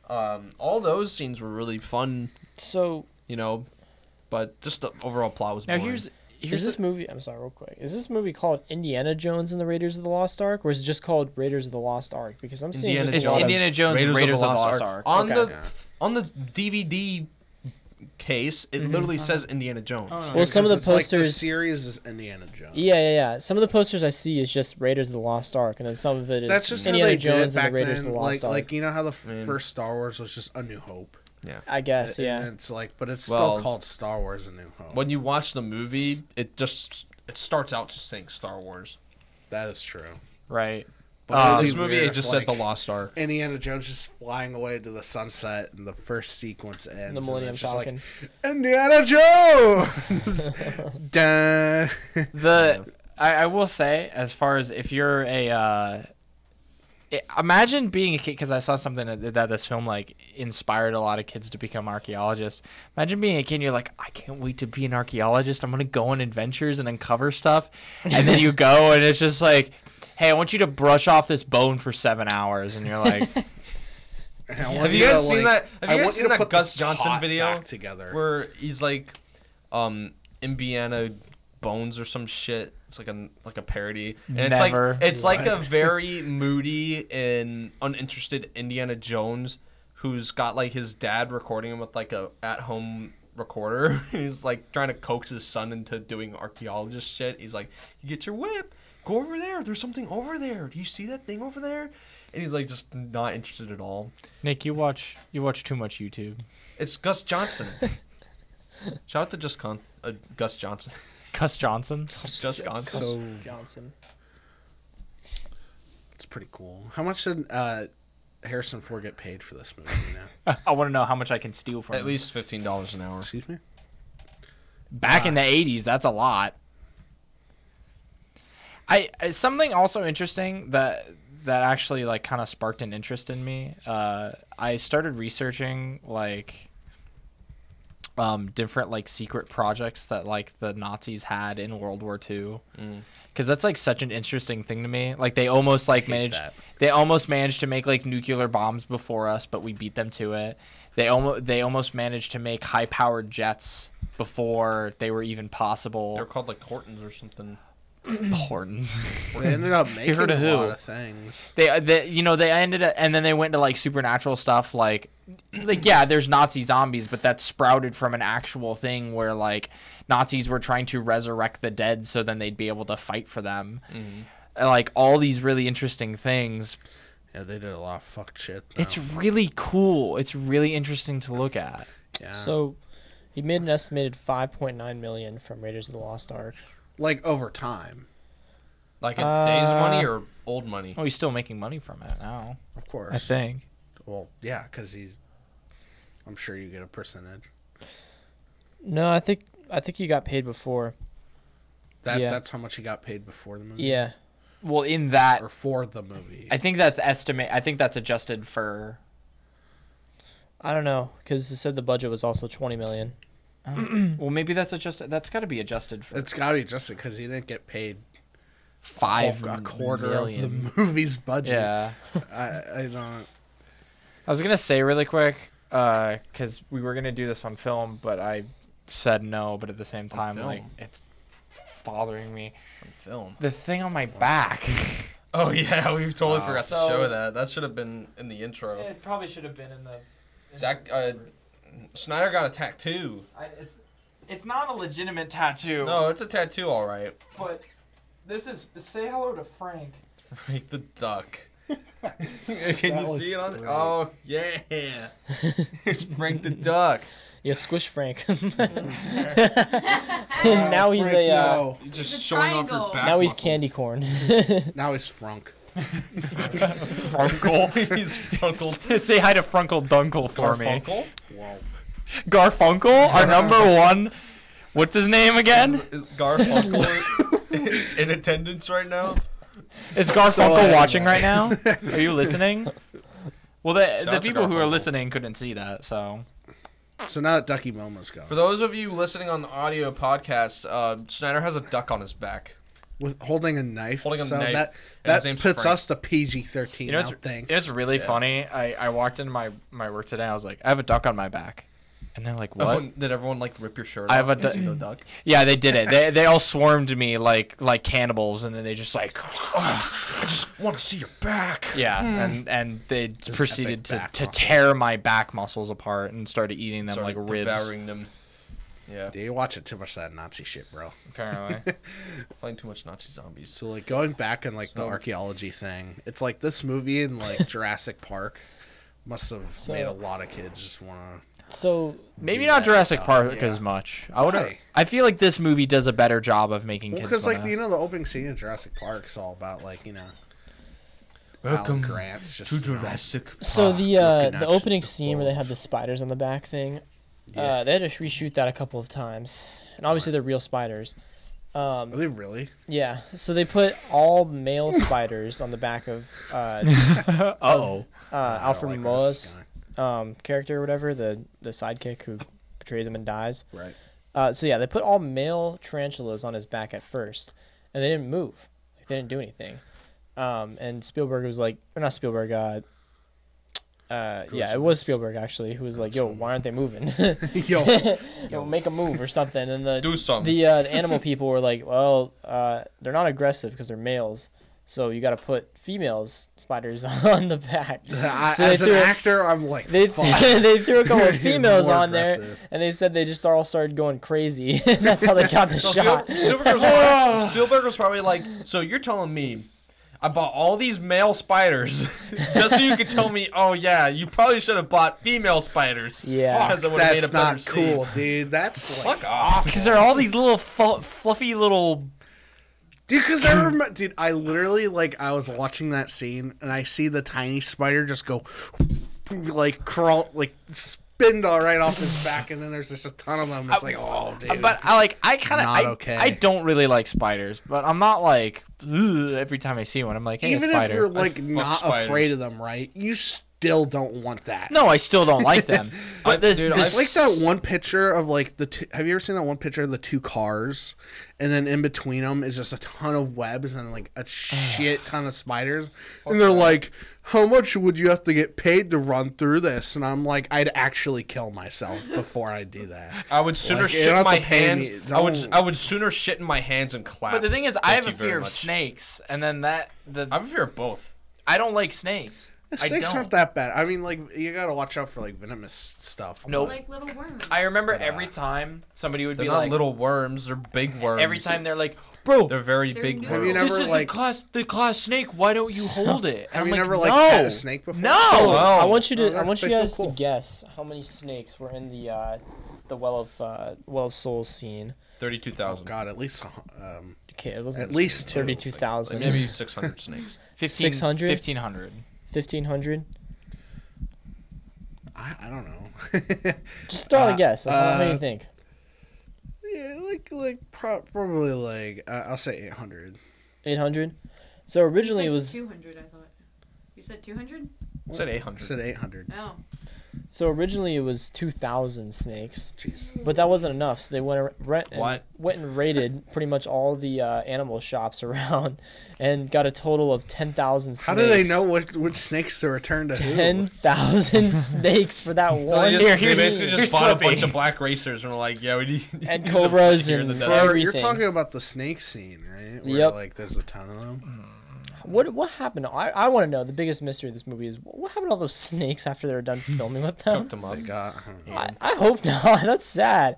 Um, all those scenes were really fun, So you know, but just the overall plot was now boring. here's is here's this the, movie? I'm sorry, real quick. Is this movie called Indiana Jones and the Raiders of the Lost Ark, or is it just called Raiders of the Lost Ark? Because I'm seeing Indiana just Jones. a lot Indiana Jones Raiders, Raiders of the Lost Ark. on Okay. the on the DVD case. Mm-hmm. It literally Uh-huh. says Indiana Jones. Oh, Well, some of the Because it's Like the posters- series is Indiana Jones. of yeah, yeah, yeah. Some of the posters I see is just Raiders of the Lost Ark, and then some of it is That's just how Indiana they Jones did it and back the Raiders then. of the Lost like, Ark. like you know how the f- Man. first Star Wars was just A New Hope. I guess, uh, And yeah. it's like, but it's Well- still called Star Wars: A New Hope. When you watch the movie, it just it starts out just saying Star Wars. That is true. Right. But Uh, it'd be this movie, weird it if, just said like, the Lost Ark. Indiana Jones just flying away to the sunset, and the first sequence ends. the Millennium and it's just like, Falcon. Indiana Jones. Dun. The I, I will say, as far as if you're a, uh, i- imagine being a kid, because I saw something that, that this film like inspired a lot of kids to become archaeologists. Imagine being a kid, and you're like, I can't wait to be an archaeologist. I'm gonna go on adventures and uncover stuff, and then you go, and it's just like. Hey, I want you to brush off this bone for seven hours, and you're like, Have Have you guys seen that? Have you guys seen that Gus Johnson video Back together. where he's like, um, Indiana Bones or some shit? It's like a like a parody, and it's Never. like it's like a very moody and uninterested Indiana Jones who's got like his dad recording him with like a at home recorder. he's like trying to coax his son into doing archaeologist shit. He's like, "You get your whip." Go over there. There's something over there. Do you see that thing over there? And he's like just not interested at all. Nick, you watch you watch too much YouTube. It's Gus Johnson. Shout out to Just Con, uh, Gus Johnson. Cuss Johnson. Just Johnson. So Johnson. it's pretty cool. How much did uh, Harrison Ford get paid for this movie? You know? I want to know how much I can steal from. At him. least fifteen dollars an hour. Excuse me. back in the 80s that's a lot I, I something also interesting that that actually like kind of sparked an interest in me uh, i started researching like um, different like secret projects that like the nazis had in world war ii Mm. because that's like such an interesting thing to me like they almost like managed that. they almost managed to make like nuclear bombs before us but we beat them to it they almost they almost managed to make high powered jets before they were even possible They're called like Hortons or something. Hortons. They ended up making heard a of who? lot of things. they, uh, they you know they ended up, and then they went to like supernatural stuff like like yeah there's nazi zombies but that sprouted from an actual thing where like nazis were trying to resurrect the dead so then they'd be able to fight for them And, like all these really interesting things Yeah, they did a lot of fucked shit. though. it's really cool it's really interesting to look at yeah. So he made an estimated 5.9 million from Raiders of the Lost Ark. like over time, Like a day's Uh, money or old money. oh he's still making money from it now of course. i think Well, yeah, because he's. I'm sure you get a percentage. No, I think I think he got paid before. That Yeah. that's how much he got paid before the movie. Yeah. well in that Or for the movie. i think that's estimate i think that's adjusted for I don't know cuz it said the budget was also 20 million. well maybe that's adjusted that's got to be adjusted for it's got to be just because he didn't get paid five a quarter million. of the movie's budget. Yeah, I, I don't. I was gonna say really quick because we were gonna do this on film, but I said no. But at the same time, film? like it's bothering me. Film. The thing on my back. Oh yeah, we totally forgot So- to show that. That should have been in the intro. probably should have been in the. Zach uh, Snyder got a tattoo. it's, it's not a legitimate tattoo. No, it's a tattoo, all right. but this is say hello to Frank. Right, the duck. Can you looks see it on? great. Oh yeah. Here's Frank the duck. Yeah, squish Frank. now he's a uh, Oh, no. Just It's a showing off your triangle. back. now he's muscles. candy corn. Now he's Frunk. Frunkle. He's Frunkle. say hi to Frunkle Dunkle for me. Garfunkel? Whoa. Garfunkel, our number one. What's his name again? Is Garfunkel in- in attendance right now? Is So Garfunkel anyway. watching right now? Are you listening? Well, the, Shout the out to people who are Garfunkel. listening couldn't see that, so So now that Ducky Momo's gone, For those of you listening on the audio podcast, uh, Snyder has a duck on his back. with holding a knife, Holding a so knife, that and his that name's puts Frank. us to PG thirteen. you know now, it's, thanks. it's really Yeah. funny. I, I walked into my my work today. I was like, I have a duck on my back, and they're like, what? Everyone- did everyone like rip your shirt? I have off a to du- see the duck. Yeah, they did it. They they all swarmed me like like cannibals, and then they just like, I just want to see your back. yeah, and and they Hmm. epic proceeded to back to muscle. tear my back muscles apart and started eating them Started like ribs. devouring them. Yeah, Dude, you watch it too much of that Nazi shit, bro. Apparently. playing too much Nazi zombies. So like going back and like the archaeology thing, it's like this movie and like Jurassic Park must have So- made a lot of kids just want to. so Maybe do not that Jurassic stuff, Park yeah. as much. I would. Why? I feel like this movie does a better job of making Well, kids. because like wanna- you know the opening scene of Jurassic Park is all about like you know Welcome Grant's just you know, So Fuck, the uh, looking the at opening the scene where they had the spiders on the back thing, uh, they had to reshoot that a couple of times, and obviously they're real spiders. Are they really? Yeah, so they put all male spiders on the back of uh, oh. uh, I Alfred don't like where this Moa's is um, character or whatever, the the sidekick who betrays him and dies. going. Right. Uh, so yeah, they put all male tarantulas on his back at first, and they didn't move. Like, they didn't do anything. Um, and Spielberg was like, or not Spielberg, uh, uh, yeah, it was Spielberg actually, who was like, "Yo, why aren't they moving? Yo, Yo, make a move or something." And the Do something. the uh, the animal people were like, "Well, uh, they're not aggressive because they're males, so you got to put females spiders on the back." I, So they as an threw- actor, I'm like, they, fuck. they threw a couple of More females on there, aggressive. and they said they just all started going crazy. and that's how they got the Spiel- shot. Spielberg was probably, Spielberg was probably like, so you're telling me I bought all these male spiders just so you could tell me, oh yeah, you probably should have bought female spiders. Yeah. because it would have made a That's better not scene." cool, dude. That's like, Fuck off. Because they're all these little fu- fluffy little. dude. Because I remember, dude. I literally like I was watching that scene and I see the tiny spider just go, like crawl, like spin all right off his back, and then there's just a ton of them. It's like, oh, dude. Uh, But I like. I kind of. Not I, okay. I don't really like spiders, but I'm not like "Ugh," every time I see one. I'm like, hey, even a if spider. you're like not spiders. afraid of them, right? You still don't want that. no, I still don't like them. but this, dude, I- this It's like that one picture of like the two, have you ever seen that one picture of the two cars and then in between them is just a ton of webs and like a shit ton of spiders and they're like how much would you have to get paid to run through this and I'm like I'd actually kill myself before I do that. I would sooner Like, you shit don't in have my to pay me. hands. I would Don't- I would sooner shit in my hands and clap. But the thing is, I Thank have a you very fear of much. snakes, and then that the I have a fear of both. I don't like snakes. I Snakes don't. aren't that bad. I mean like you got to watch out for like venomous stuff. No. Like little worms. I remember every time somebody would They're be not like, little worms. They're big worms. every time they're like, bro, they're very They're big new. Have you worms. never this is like the class the class snake. Why don't you hold it? And have I'm you like, never no. like had a snake before? No. So, wow. Oh, I want you to No, I want you they feel guys cool. to guess how many snakes were in the uh, the well of uh, well of souls scene. Thirty-two Oh thousand. god, at least a hu- um, Okay, it wasn't at least two. thirty-two thousand. Maybe six hundred snakes. 15 600? 1500. fifteen hundred. I, I don't know. Just throw out Uh, a guess. How, how many uh, you think? Yeah, like like pro- probably like uh, I'll say eight hundred. Eight hundred. So originally it was two hundred. I thought you said two hundred. I said eight I hundred. said eight hundred. Oh, so originally it was two thousand snakes, Jeez. but that wasn't enough. So they went ar- rent and, What? went and raided pretty much all the uh, animal shops around, and got a total of ten thousand snakes. How do they know which which snakes to return to who? Ten thousand snakes for that So they one. just, they scene. basically just here's bought a Slippy. bunch of black racers and were like, yeah, we need And these are cobras bigger and than For- that. you're everything. talking about the snake scene, right? Where, Yep. Like there's a ton of them. What what happened? I, I want to know. The biggest mystery of this movie is what happened to all those snakes after they were done filming with them. Fucked 'em up. They got. I don't know. I, I hope not. That's sad.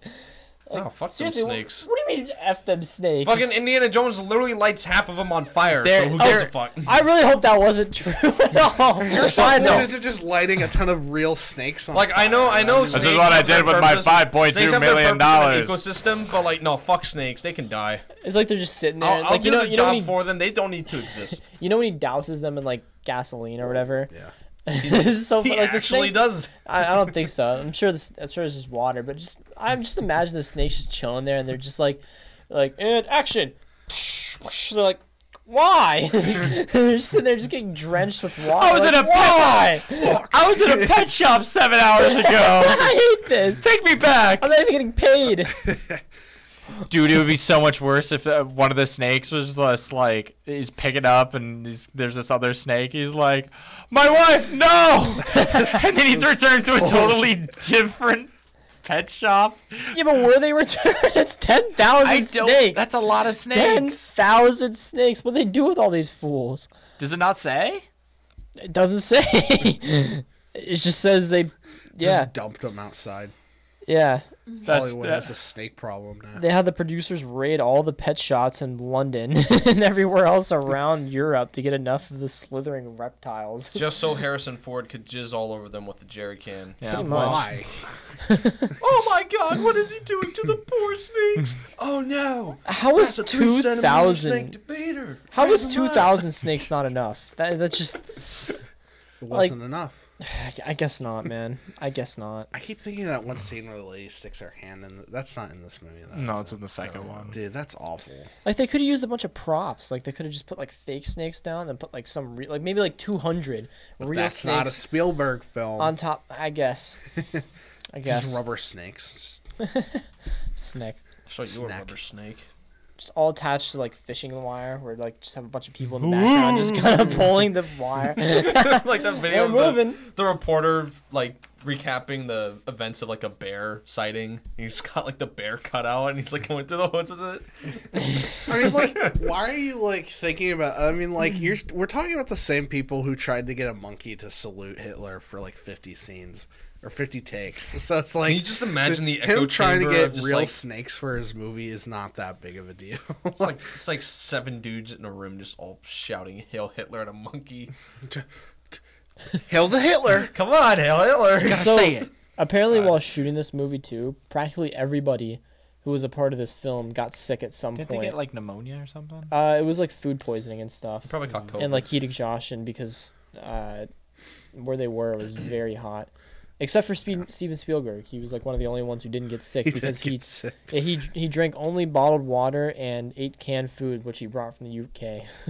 oh, fuck those Seriously, wh- snakes. What, do you mean f them snakes? Fucking Indiana Jones literally lights half of them on fire. They're- so who gives a oh, they're- fuck? I really hope that wasn't true at all. I Why know. is it just lighting a ton of real snakes on? Like I know, I know. Snakes. is what I did with my $5.2 million dollars. Ecosystem, but like, no, fuck snakes. They can die. It's like they're just sitting there. I'll, I'll like do you know, the you know, job when he, for them. They don't need to exist. you know when he douses them in like gasoline or whatever. Yeah. this is so He funny. Like the actually snakes. does. I, I don't think so. I'm sure this. I'm sure this is water, but just I'm just imagine the snakes just chilling there, and they're just like, like and action. They're like, why? they're just sitting there, just getting drenched with water. I was like, in a pit- why? I was in a pet shop 7 hours ago. I hate this. Take me back. I'm not even getting paid. Dude, it would be so much worse if uh, one of the snakes was just like he's picking up and he's, there's this other snake. He's like, "My wife, no!" and then he's returned to a totally different pet shop. yeah, but were they returned? It's ten thousand snakes. That's a lot of snakes. ten thousand snakes. What do they do with all these fools? Does it not say? It doesn't say. it just says they. Yeah, Just dumped them outside. yeah. That's Hollywood that- has a snake problem now. They had the producers raid all the pet shops in London and everywhere else around Europe to get enough of the slithering reptiles. Just so Harrison Ford could jizz all over them with the jerry can. yeah. Pretty much. Why? Oh my God! What is he doing to the poor snakes? Oh no! How was three two centimeter thousand? debater. sure. How is two thousand snakes not enough? That that's just. It Like- wasn't enough. I guess not, man. I guess not. I keep thinking of that one scene where the lady sticks her hand in. The, that's not in this movie. Though, No, is it's it? in the second one. Dude, that's awful. Like they could have used a bunch of props. Like they could have just put like fake snakes down and put like some re- like maybe like two hundred real that's snakes not a Spielberg film. on top. I guess. I Just guess. rubber snakes. Just Snake. So you a Snack. rubber snake. Just all attached to like fishing wire, where like just have a bunch of people in the background just kind of pulling the wire. like that video. They're of the- moving. the reporter like recapping the events of like a bear sighting. He's got like the bear cut out, and he's like going through the woods with it. I mean, like, why are you like thinking about? I mean, like, you're we're talking about the same people who tried to get a monkey to salute Hitler for like 50 scenes or 50 takes. So it's like Can you just imagine the echo him trying to chamber get of just real like snakes for his movie is not that big of a deal. it's like it's like seven dudes in a room just all shouting "Hail Hitler" at a monkey. Hail the Hitler! Come on, Hail Hitler! Gotta say it. Apparently, while shooting this movie too, practically everybody who was a part of this film got sick at some Didn't point. they get like pneumonia or something? uh, it was like food poisoning and stuff, Probably Mm. caught COVID. and like heat exhaustion because uh, where they were it was very hot. Except for Spe- Steven Spielberg, he was like one of the only ones who didn't get sick He because did he get sick. yeah, he he drank only bottled water and ate canned food, which he brought from the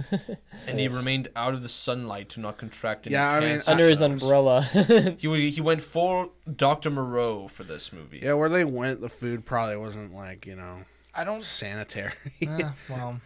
UK and he remained out of the sunlight to not contract any Yeah, I mean, cancers. I- under his umbrella. He, he went full Dr. Moreau for this movie. Yeah, where they went, the food probably wasn't like you know I don't. sanitary. Eh, well,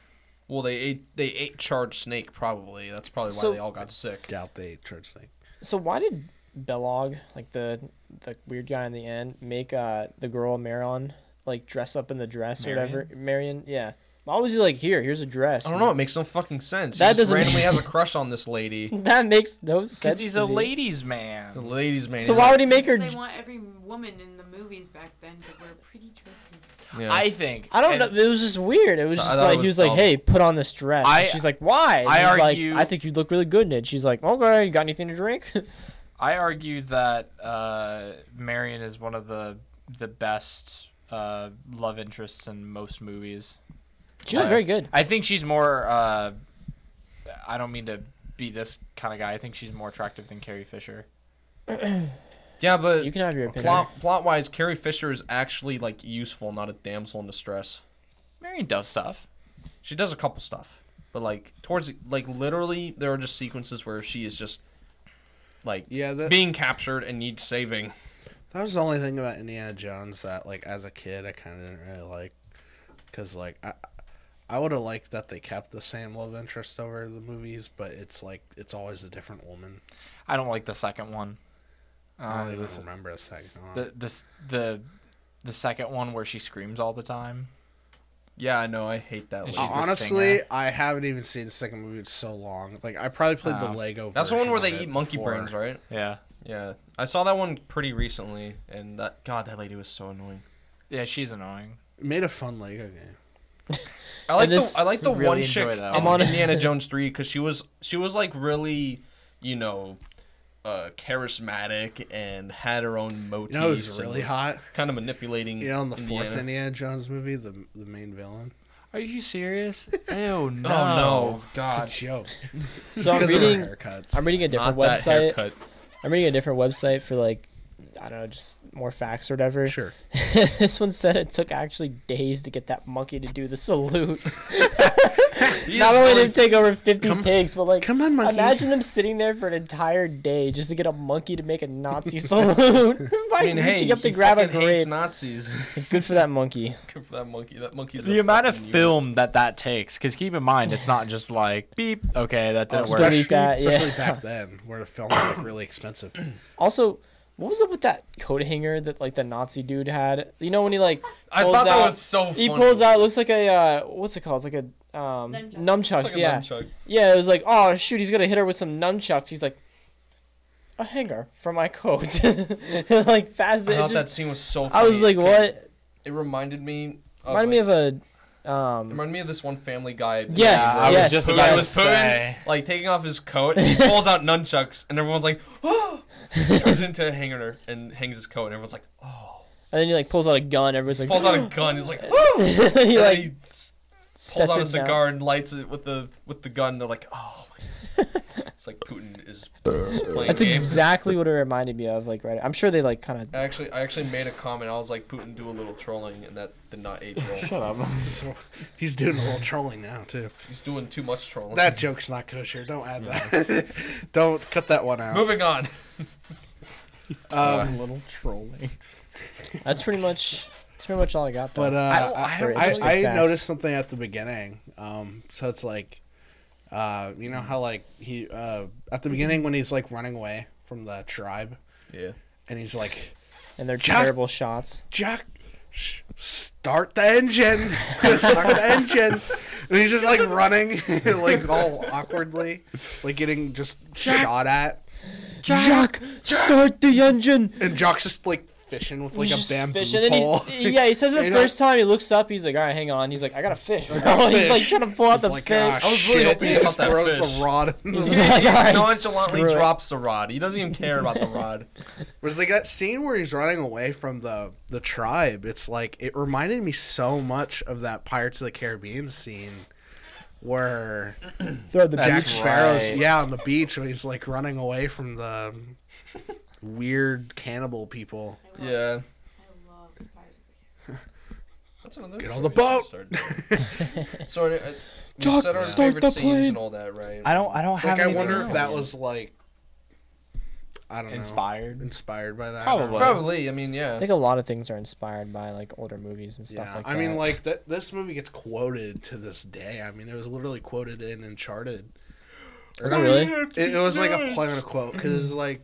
Well, they ate they ate charred snake probably. That's probably why So- they all got sick. Doubt they ate church snake. So why did Belog, like the the weird guy in the end, make uh the girl Marion like dress up in the dress or whatever? Marion, yeah. Why was he like here? Here's a dress. I don't know. It makes no fucking sense. That That he just doesn't randomly make- has a crush on this lady, That makes no sense. because he's to a me. ladies' the man. ladies' man. So He's why like, would he make her? They want every woman in the movies back then to wear pretty dresses. yeah. I think. I don't and know. It was just weird. It was I just thought it like he was was like, dumb. "Hey, put on this dress." I- and she's like, "Why?" And I he's argue- like, "I think you look really good in it." She's like, "Okay, you got anything to drink?" I argue that uh, Marion is one of the the best uh, love interests in most movies. she was I- very good. I think she's more. Uh, I don't mean to be this kind of guy. I think she's more attractive than Carrie Fisher. Yeah, but You can have your opinion. plot plot wise, Carrie Fisher is actually like useful, not a damsel in distress. Marion does stuff. She does a couple stuff, but like towards the- like literally, there are just sequences where she is just like Yeah, that, being captured and needs saving. That was the only thing about Indiana Jones that, like, as a kid, I kind of didn't really like, because, like, I, I would have liked that they kept the same love interest over the movies, but it's like it's always a different woman. I don't like the second one. I Ah, Uh, don't the, even s- remember a second. one. Uh, the, the s- the the second one where she screams all the time. Yeah, I know. I hate that. And Lady. she's the Honestly, singer. I haven't even seen the second movie in so long. Like, I probably played Oh. the Lego. That's the one version where of they it eat monkey before. brains, right? Yeah. Yeah, I saw that one pretty recently, and that God, that lady was so annoying. Yeah, she's annoying. It made a fun Lego game. I like And this- the I like the really one enjoy chick that in one. Indiana Jones three because she was she was like really you know uh, charismatic and had her own motifs. You know, it was and really hot. Kind of manipulating. You know, in the Indiana. fourth Indiana Jones movie, the the main villain. Are you serious? Ew, no. Oh no, It's a God! joke. So I'm Because of her reading. haircuts. I'm reading a different Not that website. haircut. I'm reading a different website for like, I don't know, just more facts or whatever. Sure. this one said it took actually days to get that monkey to do the salute. Not only did it take over 50 takes, but like, Come on, monkey. imagine them sitting there for an entire day just to get a monkey to make a Nazi salute by I mean, hey, reaching up to he grab a fucking hates grape. Nazis. Good for that monkey. Good for that monkey. That monkey's The a amount of fucking unit. film that that takes, because keep in mind, it's not just like beep. Okay, that didn't Oh, work. Delete that, yeah. especially back then, where the film was like really expensive. Also, what was up with that coat hanger that like the Nazi dude had? You know when he like pulls I thought that out- was so. he funny. pulls out. It looks like a uh, what's it called? It's like a um, Nunchucks. nunchucks. It's like a yeah, nunchuck. yeah. It was like, oh shoot, he's gonna hit her with some nunchucks. He's like, a hanger from my coat. like fast. I I, thought just, that scene was so. Funny. I was like, what? It reminded me. Of, Reminded like, me of a. It Um, Reminded me of this one Family Guy. Yes, I yes, was just yes. about Guy to was say. pooing, like taking off his coat, and he pulls out nunchucks, and everyone's like, "Oh!" He turns into a hanger and hangs his coat, and everyone's like, "Oh!" and then he like pulls out a gun. Everyone's like, Pulls out a gun, he's like, "Oh!" he And then like he s- pulls sets out a it down. cigar and lights it with the with the gun. They're like, oh. my-" it's like Putin is is playing That's games. exactly what it reminded me of. Like right, I'm sure they like kind of. I actually, I actually made a comment. I was like, Putin do a little trolling, and that did not age well. Shut up. So he's doing a little trolling now too. He's doing too much trolling. That joke's not kosher. Don't add that. Don't cut that one out. Moving on. Um, little trolling. That's pretty much. That's pretty much all I got. Though. but uh, I don't- I, I don't- I- Interesting I facts. noticed something at the beginning. Um, so it's like, uh, you know how like he uh, at the beginning when he's like running away from the tribe, Yeah. and he's like, and they're Jack- terrible shots. Jack, sh- start the engine, start the engine. And he's just like running, like all awkwardly, like getting just shot at. Jack, start the engine. And Jock's just like fishing with like He's a just bamboo fishing, and then pole. he's- yeah, he says it the You know- first time. He looks up. He's like, "All right, hang on." He's like, "I got a fish." he's like fish. trying to pull out He's the like, fish. "Ah, I was really shit." hoping He you just caught that throws fish. the rod. In He's the... just like, "All right, Nonchalantly screw it." drops the rod. He doesn't even care about the rod. Was like that scene where he's running away from the the tribe. It's like it reminded me so much of that Pirates of the Caribbean scene. Where Throw the Jack beach. Sparrow's right. yeah on the beach when he's like running away from the weird cannibal people. I love, Yeah. I love Pirates of the Caribbean. That's another Get on the story we should start doing. so, uh, we Jock, said our start favorite the scenes plane. and all that, right? I don't. I don't It's have. like I anything wonder if that else. was like I don't know inspired. inspired by that. Probably. Probably. I mean, I yeah. think a lot of things are inspired by like older movies and stuff yeah, like that. I mean, like th- this movie gets quoted to this day. I mean, it was literally quoted in Uncharted. Is it really? It, it was like a play on a quote because like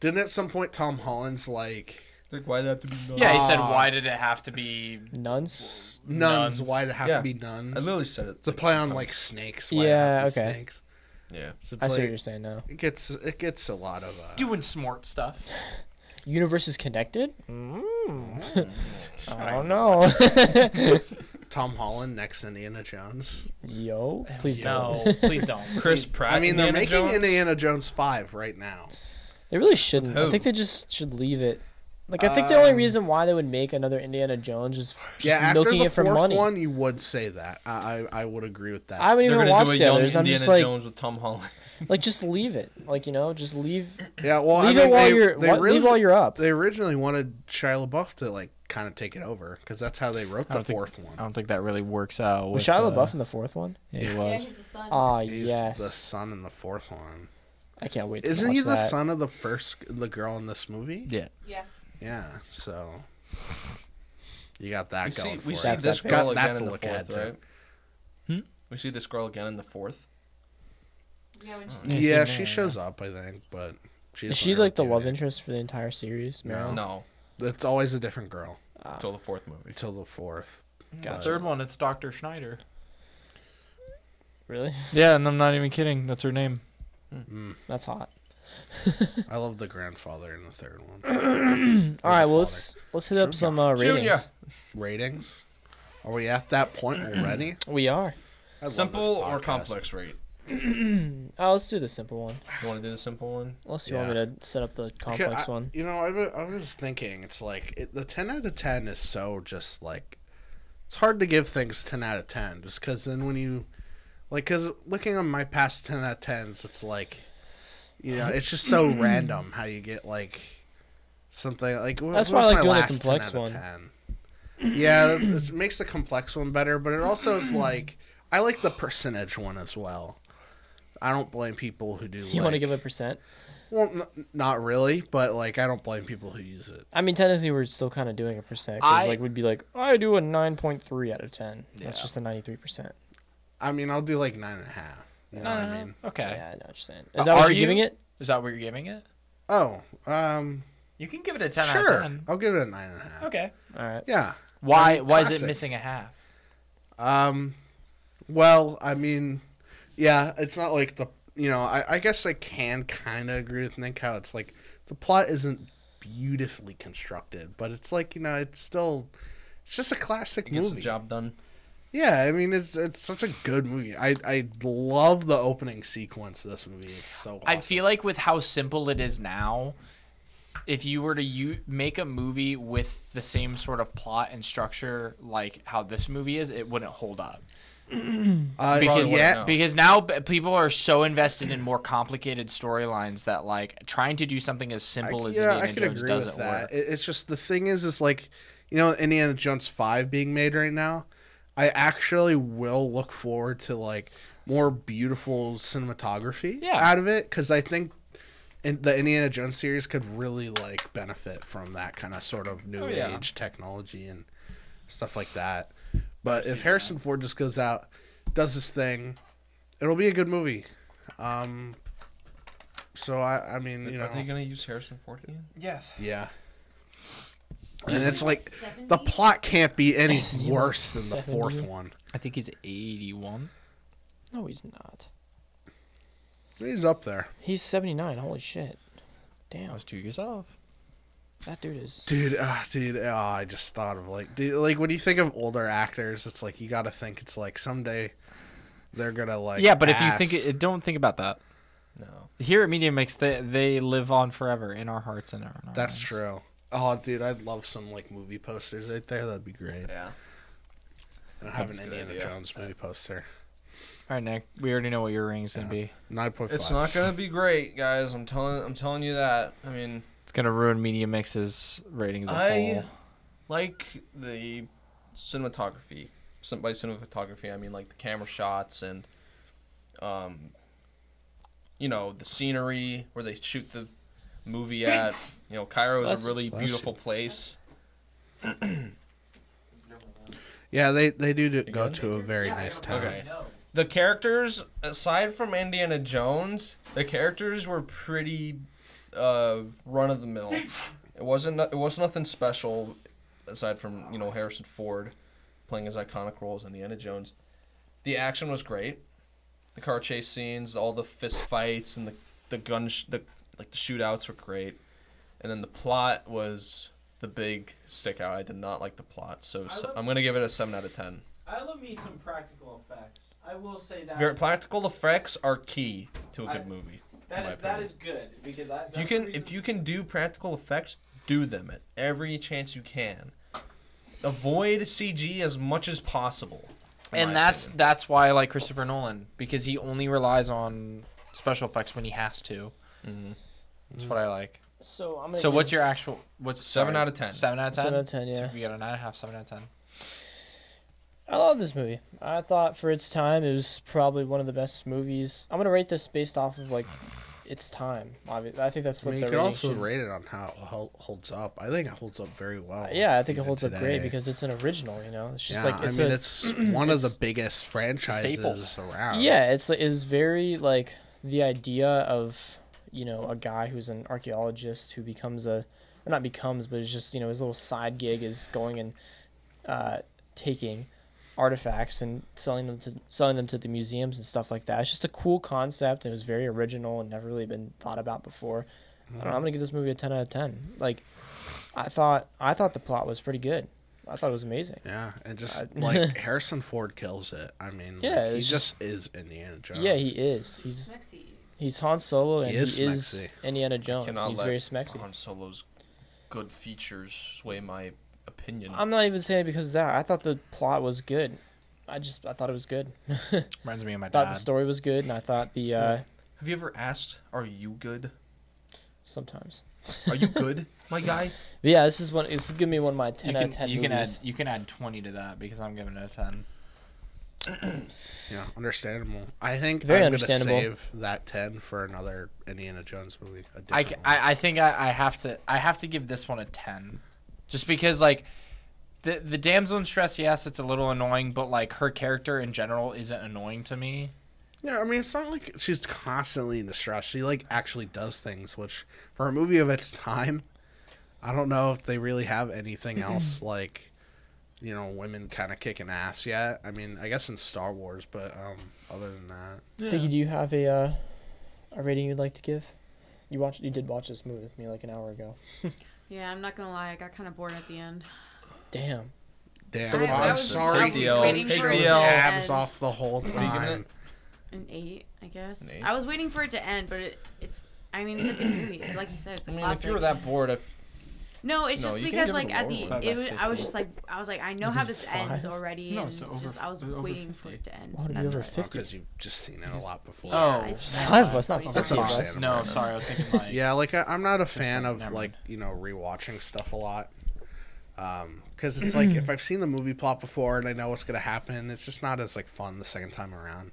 didn't at some point Tom Holland's like Like, why'd it have to be nuns? Yeah, he said, Ah. "Why did it have to be?" nuns. nuns, nuns. Nuns. why'd it have Yeah. to be nuns? I literally said it. it's a play on like snakes. why'd it Yeah, have to be okay. Snakes. Yeah. So it's I see what like, you're saying now. it gets it gets a lot of uh, Doing smart stuff. Universe is connected. Mm. I don't know. Tom Holland next Indiana Jones. Yo, please No, don't. please don't. Chris Please. Pratt. I mean, they're Indiana making Jones? Indiana Jones five right now. They really shouldn't. I Who? think they just should leave it. Like I think the only Um, reason why they would make another Indiana Jones is f- just yeah, after milking the it for fourth money. one, you would say that. I I, I would agree with that. I haven't They're even gonna watched do a the young others. I'm Indiana just like, Jones with Tom Holland. like just leave it. Like you know, just leave. yeah, well, leave I mean, it while they, you're. they wha- really, leave while you're up. They originally wanted Shia LaBeouf to like kind of take it over because that's how they wrote I the don't think- fourth one. Oh, I don't think that really works out. Was with, Shia uh, LaBeouf in the fourth one? yeah, he Yeah, was. he's the son. Ah, He's the yes. son in the fourth one. I can't wait. To Isn't watch he the that. son of the first the girl in this movie? Yeah. yeah. Yeah, so you got that We going see, for we you. see That's this epic. girl Got that again to in the look fourth, at, too. right? We see this girl again in the fourth. Yeah, when she, Yeah, she shows up, I think, but she's Is she like the love interest for the entire series? Meryl? No, It's always a different girl until the fourth movie. until the fourth. The third one, it's Doctor Schneider. Really? Yeah, and I'm not even kidding. That's her name. That's hot. I love the grandfather in the third one. All right. father. Well, let's let's hit up some uh, Junior. ratings. Ratings? Are we at that point already? We are. I love Simple this or podcast. complex rate? Oh, let's do the simple one. You want to do the simple one? Unless you want Yeah. me to set up the Okay, complex I- one. You know, I, wa- I was thinking, it's like it, the 10 out of 10 is so just like. It's hard to give things 10 out of 10 just because then when you. Like, because looking on my past 10 out of 10s, it's like. You know, it's just so random how you get like something like. What, That's what why I was like my doing the last complex 10 out of one. 10? Yeah, that's- it's- it makes the complex one better, but it also is like. I like the percentage one as well. I don't blame people who do. You want to like- give a percent? well, n- not really, but like I don't blame people who use it. I mean, technically, we're still kind of doing a percent. Cause, I- like, we'd be like, I do a nine point three out of ten. That's just a ninety three percent. I mean, I'll do like nine and a half. You know Uh-huh. what I mean? Uh, Okay. Yeah, I know what you're saying. Uh, Is that what are you're you? giving it? Is that what you're giving it? Oh, um, You can give it a ten out of sure. ten. I'll give it a nine and a half. Okay. All right. Yeah. Why? mean, why is it classic. missing a half? Um, well, I mean, yeah, it's not like the you know I, I guess I can kind of agree with Nick how it's like the plot isn't beautifully constructed, but it's like you know it's still it's just a classic It gets movie. the job done. Yeah, I mean it's it's such a good movie. I I love the opening sequence of this movie. It's so. Awesome. I feel like with how simple it is now, if you were to u- make a movie with the same sort of plot and structure like how this movie is, it wouldn't hold up. Uh, Because yeah, know. because now b- people are so invested in more complicated storylines that like trying to do something as I, simple as yeah, I Indiana could Jones agree doesn't with that. work. It, it's just the thing is, is like, you know, Indiana Jones five being made right now. I actually will look forward to like more beautiful cinematography Yeah. out of it because I think. in the Indiana Jones series could really like benefit from that kind of sort of new Oh, yeah. age technology and stuff like that. But if Harrison Ford just goes out, does his thing, it'll be a good movie. Um, so I, I mean, you know, Are they gonna use Harrison Ford again? Yes. yeah. And it's like the plot can't be any worse than the 70? fourth one. I think he's 81. No, he's not. He's up there, He's 79. Holy shit. I Damn, was 2 years off. that dude is. dude. Ah, dude. ah, I just thought of like, dude, like when you think of older actors, it's like you got to think it's like someday they're gonna like. yeah, but if you pass. think it, don't think about that. No. Here at Media Mix, they they live on forever in our hearts and in our that's minds. true. Oh, dude, I'd love some like movie posters right there. That'd be great. Yeah. I don't have an That's a good Indiana idea. Jones movie poster. All right, Nick, we already know what your ring's gonna be. Nine point five. It's not gonna be great, guys. I'm telling I'm telling you that. I mean It's gonna ruin Media Mix's ratings. as a I whole. like the cinematography. Some- By cinematography, I mean like the camera shots and, um, you know, the scenery where they shoot the movie at. You know, Cairo is Bless a you. really Bless beautiful place. Yeah, they they do, do go good? to a very nice town. Okay. The characters, aside from Indiana Jones, the characters were pretty uh, run of the mill. It wasn't. no- It was nothing special, aside from you know Harrison Ford playing his iconic role as Indiana Jones. The action was great. The car chase scenes, all the fist fights, and the the gun, sh- the like the shootouts were great. And then the plot was the big stick out. I did not like the plot, so, I so love- I'm gonna give it a seven out of ten. I love me some practical effects. I will say that. Very practical effects are key to a I- good movie. in that my is that opinion. is good because I. If you can if you can do practical effects, do them at every chance you can. Avoid CG as much as possible. in my and that's opinion. that's why I like Christopher Nolan because he only relies on special effects when he has to. Mhm. That's what I like. So I'm So what's your actual? What's seven sorry, out of ten. Mm. Seven out of ten. Seven out of ten, So yeah. we got a nine and a half, seven out of ten. I love this movie. I thought for its time, it was probably one of the best movies. I'm gonna rate this based off of like its time. Obvi- I think that's I what mean, the you could rating also should. rate it on how it hol- holds up. I think it holds up very well. Uh, yeah, I think it even holds up great today. because it's an original. You know, it's just Yeah, like it's I mean, a it's one of it's- the biggest franchises around. Yeah, it's it was very like the idea of you know a guy who's an archaeologist who becomes a or not becomes but is just you know his little side gig is going and uh, taking artifacts and selling them to selling them to the museums and stuff like that. It's just a cool concept and it was very original and never really been thought about before. I don't know, I'm gonna give this movie a ten out of ten. Like I thought I thought the plot was pretty good. I thought it was amazing. Yeah, and just I- like Harrison Ford kills it. I mean, like, Uh, Yeah, he it's just is Indiana Jones. Yeah, he is. He's Mexi. He's Han Solo and He he is is, smexy. Indiana Jones. Cannot He's let very smexy. Han Solo's good features sway my opinion. I'm not even saying it because of that. I thought the plot was good. I just I thought it was good. thought Reminds me of my the dad. story was good, and I thought the uh, Have you ever asked, "Are you good? sometimes. Are you good, my guy?" But yeah, this is one. This is gonna be one of my ten you out can, of ten you can add movies. you can add twenty to that because I'm giving it a ten. Yeah, understandable. I think Very I'm going to understandable. save that 10 for another Indiana Jones movie. A I, different one. I, I think I, I have to I have to give this one a ten, just because like the the damsel in stress yes it's a little annoying but like her character in general isn't annoying to me. yeah, I mean, it's not like she's constantly in distress. She like actually does things, which for a movie of its time, I don't know if they really have anything else like, you know, women kind of kicking ass yet. I mean, I guess in Star Wars, but um, other than that, Vicky, do you have a uh, a rating you'd like to give? You watched. You did watch this movie with me like an hour ago. Yeah, I'm not gonna lie, I got kind of bored at the end. Damn. damn, So I, with I I'm was, sorry, I Take was the L. waiting Take for the it to L. abs end. off the whole you giving time. An eight, I guess. An eight? I was waiting for it to end, but it, it's I mean, it's a good movie. Like you said, it's a I mean, classic. if you were that bored, if no, it's No, just you can because give it like a at lower the one. it was, I was just like I was like I know how this ends Five? already, No, and it's over- just I was it's over waiting 50. for it to end. Why would it be That's over it. 50? because Oh, you've just seen it a lot before. Yeah, I Oh, just- Five of us, not That's fifty of us. understandable. No, sorry, I was thinking like Yeah, like I, I'm not a fan something- of never like you know rewatching stuff a lot, because it's like if I've seen the movie plot before and I know what's gonna happen, it's just not as like fun the second time around.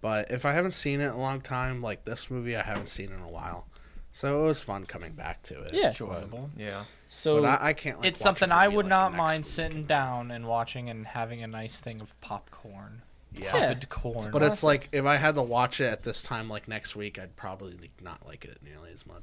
But if I haven't seen it in a long time, like this movie, I haven't seen in a while, so it was fun coming back to it. Yeah. enjoyable. yeah, So But I, I can't. Like, it's watch a something I movie, would like, the not next mind week. sitting down and watching and having a nice thing of popcorn. Yeah. Yeah. Good corn. But it's Classic. like if I had to watch it at this time, like next week, I'd probably like, not like it nearly as much,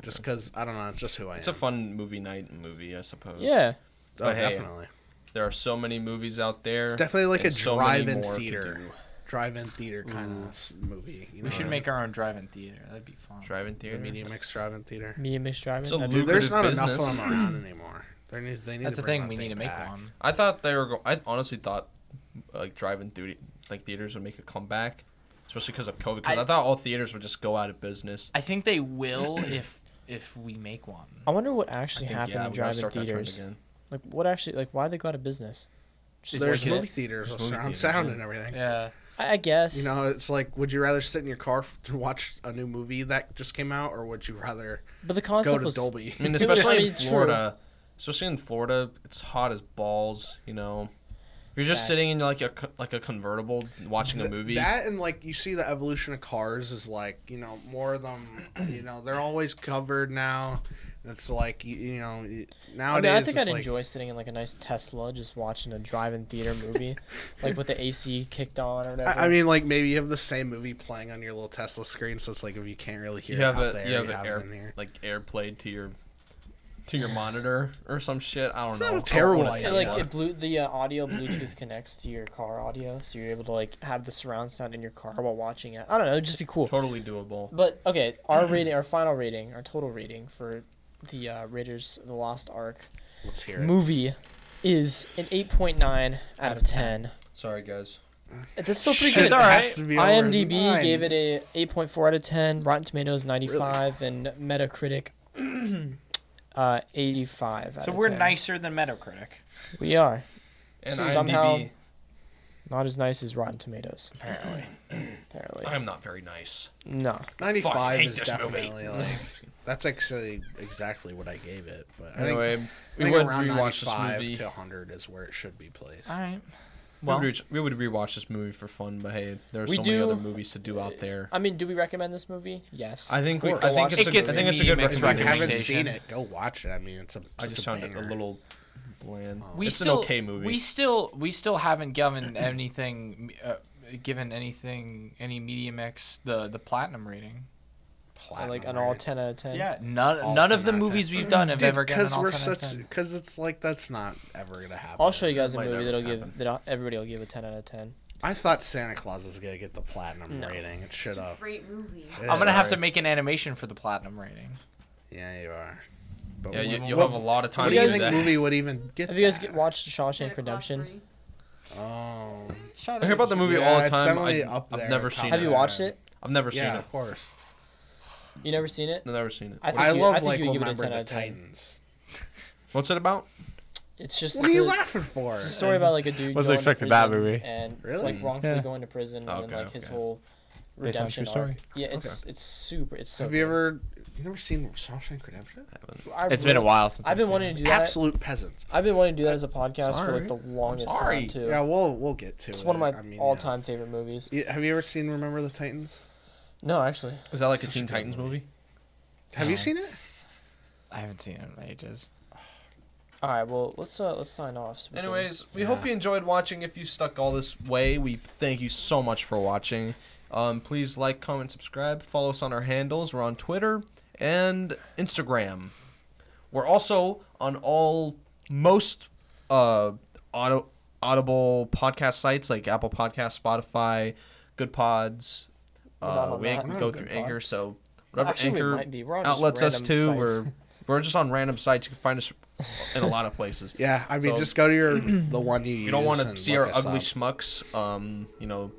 just because I don't know. It's just who I it's a am. fun movie night movie, I suppose. yeah, oh, but hey, definitely. there are so many movies out there. It's definitely like a and so many drive-in more to theater. do. Mm. drive-in theater kind of movie. You know we should what I make our own drive-in theater. That'd be fun. Drive-in mean? theater. the media mix drive-in theater. me and Miss driving. So that'd be- Dude, there's Lucrative not enough business. of them around anymore. They need, they need That's to the bring thing. that We need to make back. one. I thought they were. Go- I honestly thought like drive-in duty like theaters would make a comeback, especially because of COVID. Because I, I- thought all theaters would just go out of business. I think they will if if we make one. I wonder what actually I think, happened yeah, in we gotta drive-in start that trend theaters. again. Like, what actually? Like, why they go out of business? So Just there's like it. movie theaters with movie surround theaters, sound yeah. and everything. Yeah. I, I guess. You know, it's like, would you rather sit in your car f- to watch a new movie that just came out, or would you rather but the go concept to was Dolby? I mean, Yeah, especially I in mean, true. Florida. Especially in Florida, it's hot as balls. You know, if you're just Facts. sitting in like a co- like a convertible watching a Th- movie. That and like you see the evolution of cars is like you know more of them. You know they're always covered now. It's like you, you know y- I nowadays. mean, I think it's I'd like, enjoy sitting in like a nice Tesla, just watching a drive-in theater movie, like with the AC kicked on or whatever. Uh-huh. I, I mean, like maybe you have the same movie playing on your little Tesla screen, so it's like if you can't really hear you it have out a there, you have, an it in air here. like airplayed to your to your monitor or some shit. I don't It's know. not a I don't terrible own a idea. And, like Tesla. it blew the uh, audio Bluetooth connects to your car audio, so you're able to like have the surround sound in your car while watching it. I don't know, it'd just be cool. totally doable. But okay, our rating, our final rating, our total rating for the uh, Raiders of the Lost Ark Let's hear it. movie is an 8.9 out of 10. Sorry guys. It's still pretty Shit, good. it has alright. to be over IMDb nine. gave it a 8.4 out of 10, Rotten Tomatoes 95, and Metacritic uh, 85. Out So of we're 10. nicer than Metacritic. We are And Somehow- IMDb, not as nice as Rotten Tomatoes. Apparently, apparently, I'm not very nice. no. Fuck, I 95 hate is this movie. definitely like that's actually exactly what I gave it. But I Anyway, think, we I would think around rewatch this 95 movie. to 100 is where it should be placed. All right. Well, Well- we, would re- we would rewatch this movie for fun, but hey, there are We so many do- other movies to do out there. I mean, do we recommend this movie? Yes. I think we, I Of think course. it's It a, gets I think it's a me good mixed If you haven't recommendation. seen recommendation. it, go watch it. I mean, it's a. I just found it a little bland. We it's still, an okay movie. We still we still haven't given anything uh, given anything any MediaMix the the platinum rating. Or, like an all 10 out of 10. Yeah, none All none of 10 the out of 10. movies we've done have ever gotten an because all we're 10 out of such 10. because it's like that's not ever gonna happen. I'll show you guys a Might never movie that'll happen. give that everybody will give a 10 out of 10. I thought Santa Claus was gonna get the platinum No. rating. It should It's a have. Great movie. I'm gonna have to Sorry. make an animation for the platinum rating. Yeah, you are. But yeah, you, what- you'll what, have a lot of time what do to you do guys- think that. movie would even get? Have you guys that? get, watched Santa Shawshank Claus Redemption? three. Oh, Shout I hear about the movie Yeah, all the it's time. I, definitely up I've there, never top seen Have it. you watched it? I've never seen yeah, it. of course. You never seen it? I've never seen it. think I you- love think like you would give it a Remember 10 out the of 10. Titans. What's it about? It's just What are it's a- you laughing for? It's a story about like a dude Wasn't going to expecting that prison movie. and Really? like wrongfully Yeah. going to prison and Okay, then like his okay. whole on a redemption true arc. story. Yeah, it's it's super. It's so. Have you ever? You never seen Shawshank Redemption? good. I It's been a really- while since I've been seen wanting it. to do that. Absolute peasants. I've been wanting to do that as a podcast for Sorry. like the longest sorry. time too. Yeah, we'll we'll get to it. it's one of my I mean, yeah. all-time favorite movies. Yeah, Have you ever seen Remember the Titans? No, actually, Is that like a Such a Teen good Titans movie? Have you seen it? I haven't seen it in ages. all right. Well, let's uh, let's sign off. so we can- Anyways, we hope you enjoyed watching. If you stuck all this way, we thank you so much for watching. Um, please like, comment, subscribe. Follow us on our handles. We're on Twitter and Instagram. We're also on all most uh, auto, audible podcast sites like Apple Podcast, Spotify, Good Pods. We're not Uh, on we that. Mm, We're not go on through Good Pod. Anchor, so whatever Actually, we Anchor might be. We're on just outlets us random to, sites. we're we're just on random sites. You can find us in a lot of places. Yeah, I mean, So- just go to your the one you use. You don't want to and see look our us ugly up. schmucks. Um, you know,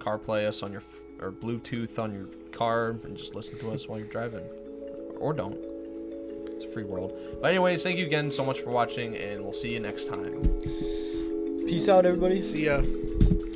CarPlay us on your f- or Bluetooth on your car and just listen to us while you're driving, or don't. It's a free world. But anyways, thank you again so much for watching, and we'll see you next time. Peace out, everybody. See ya.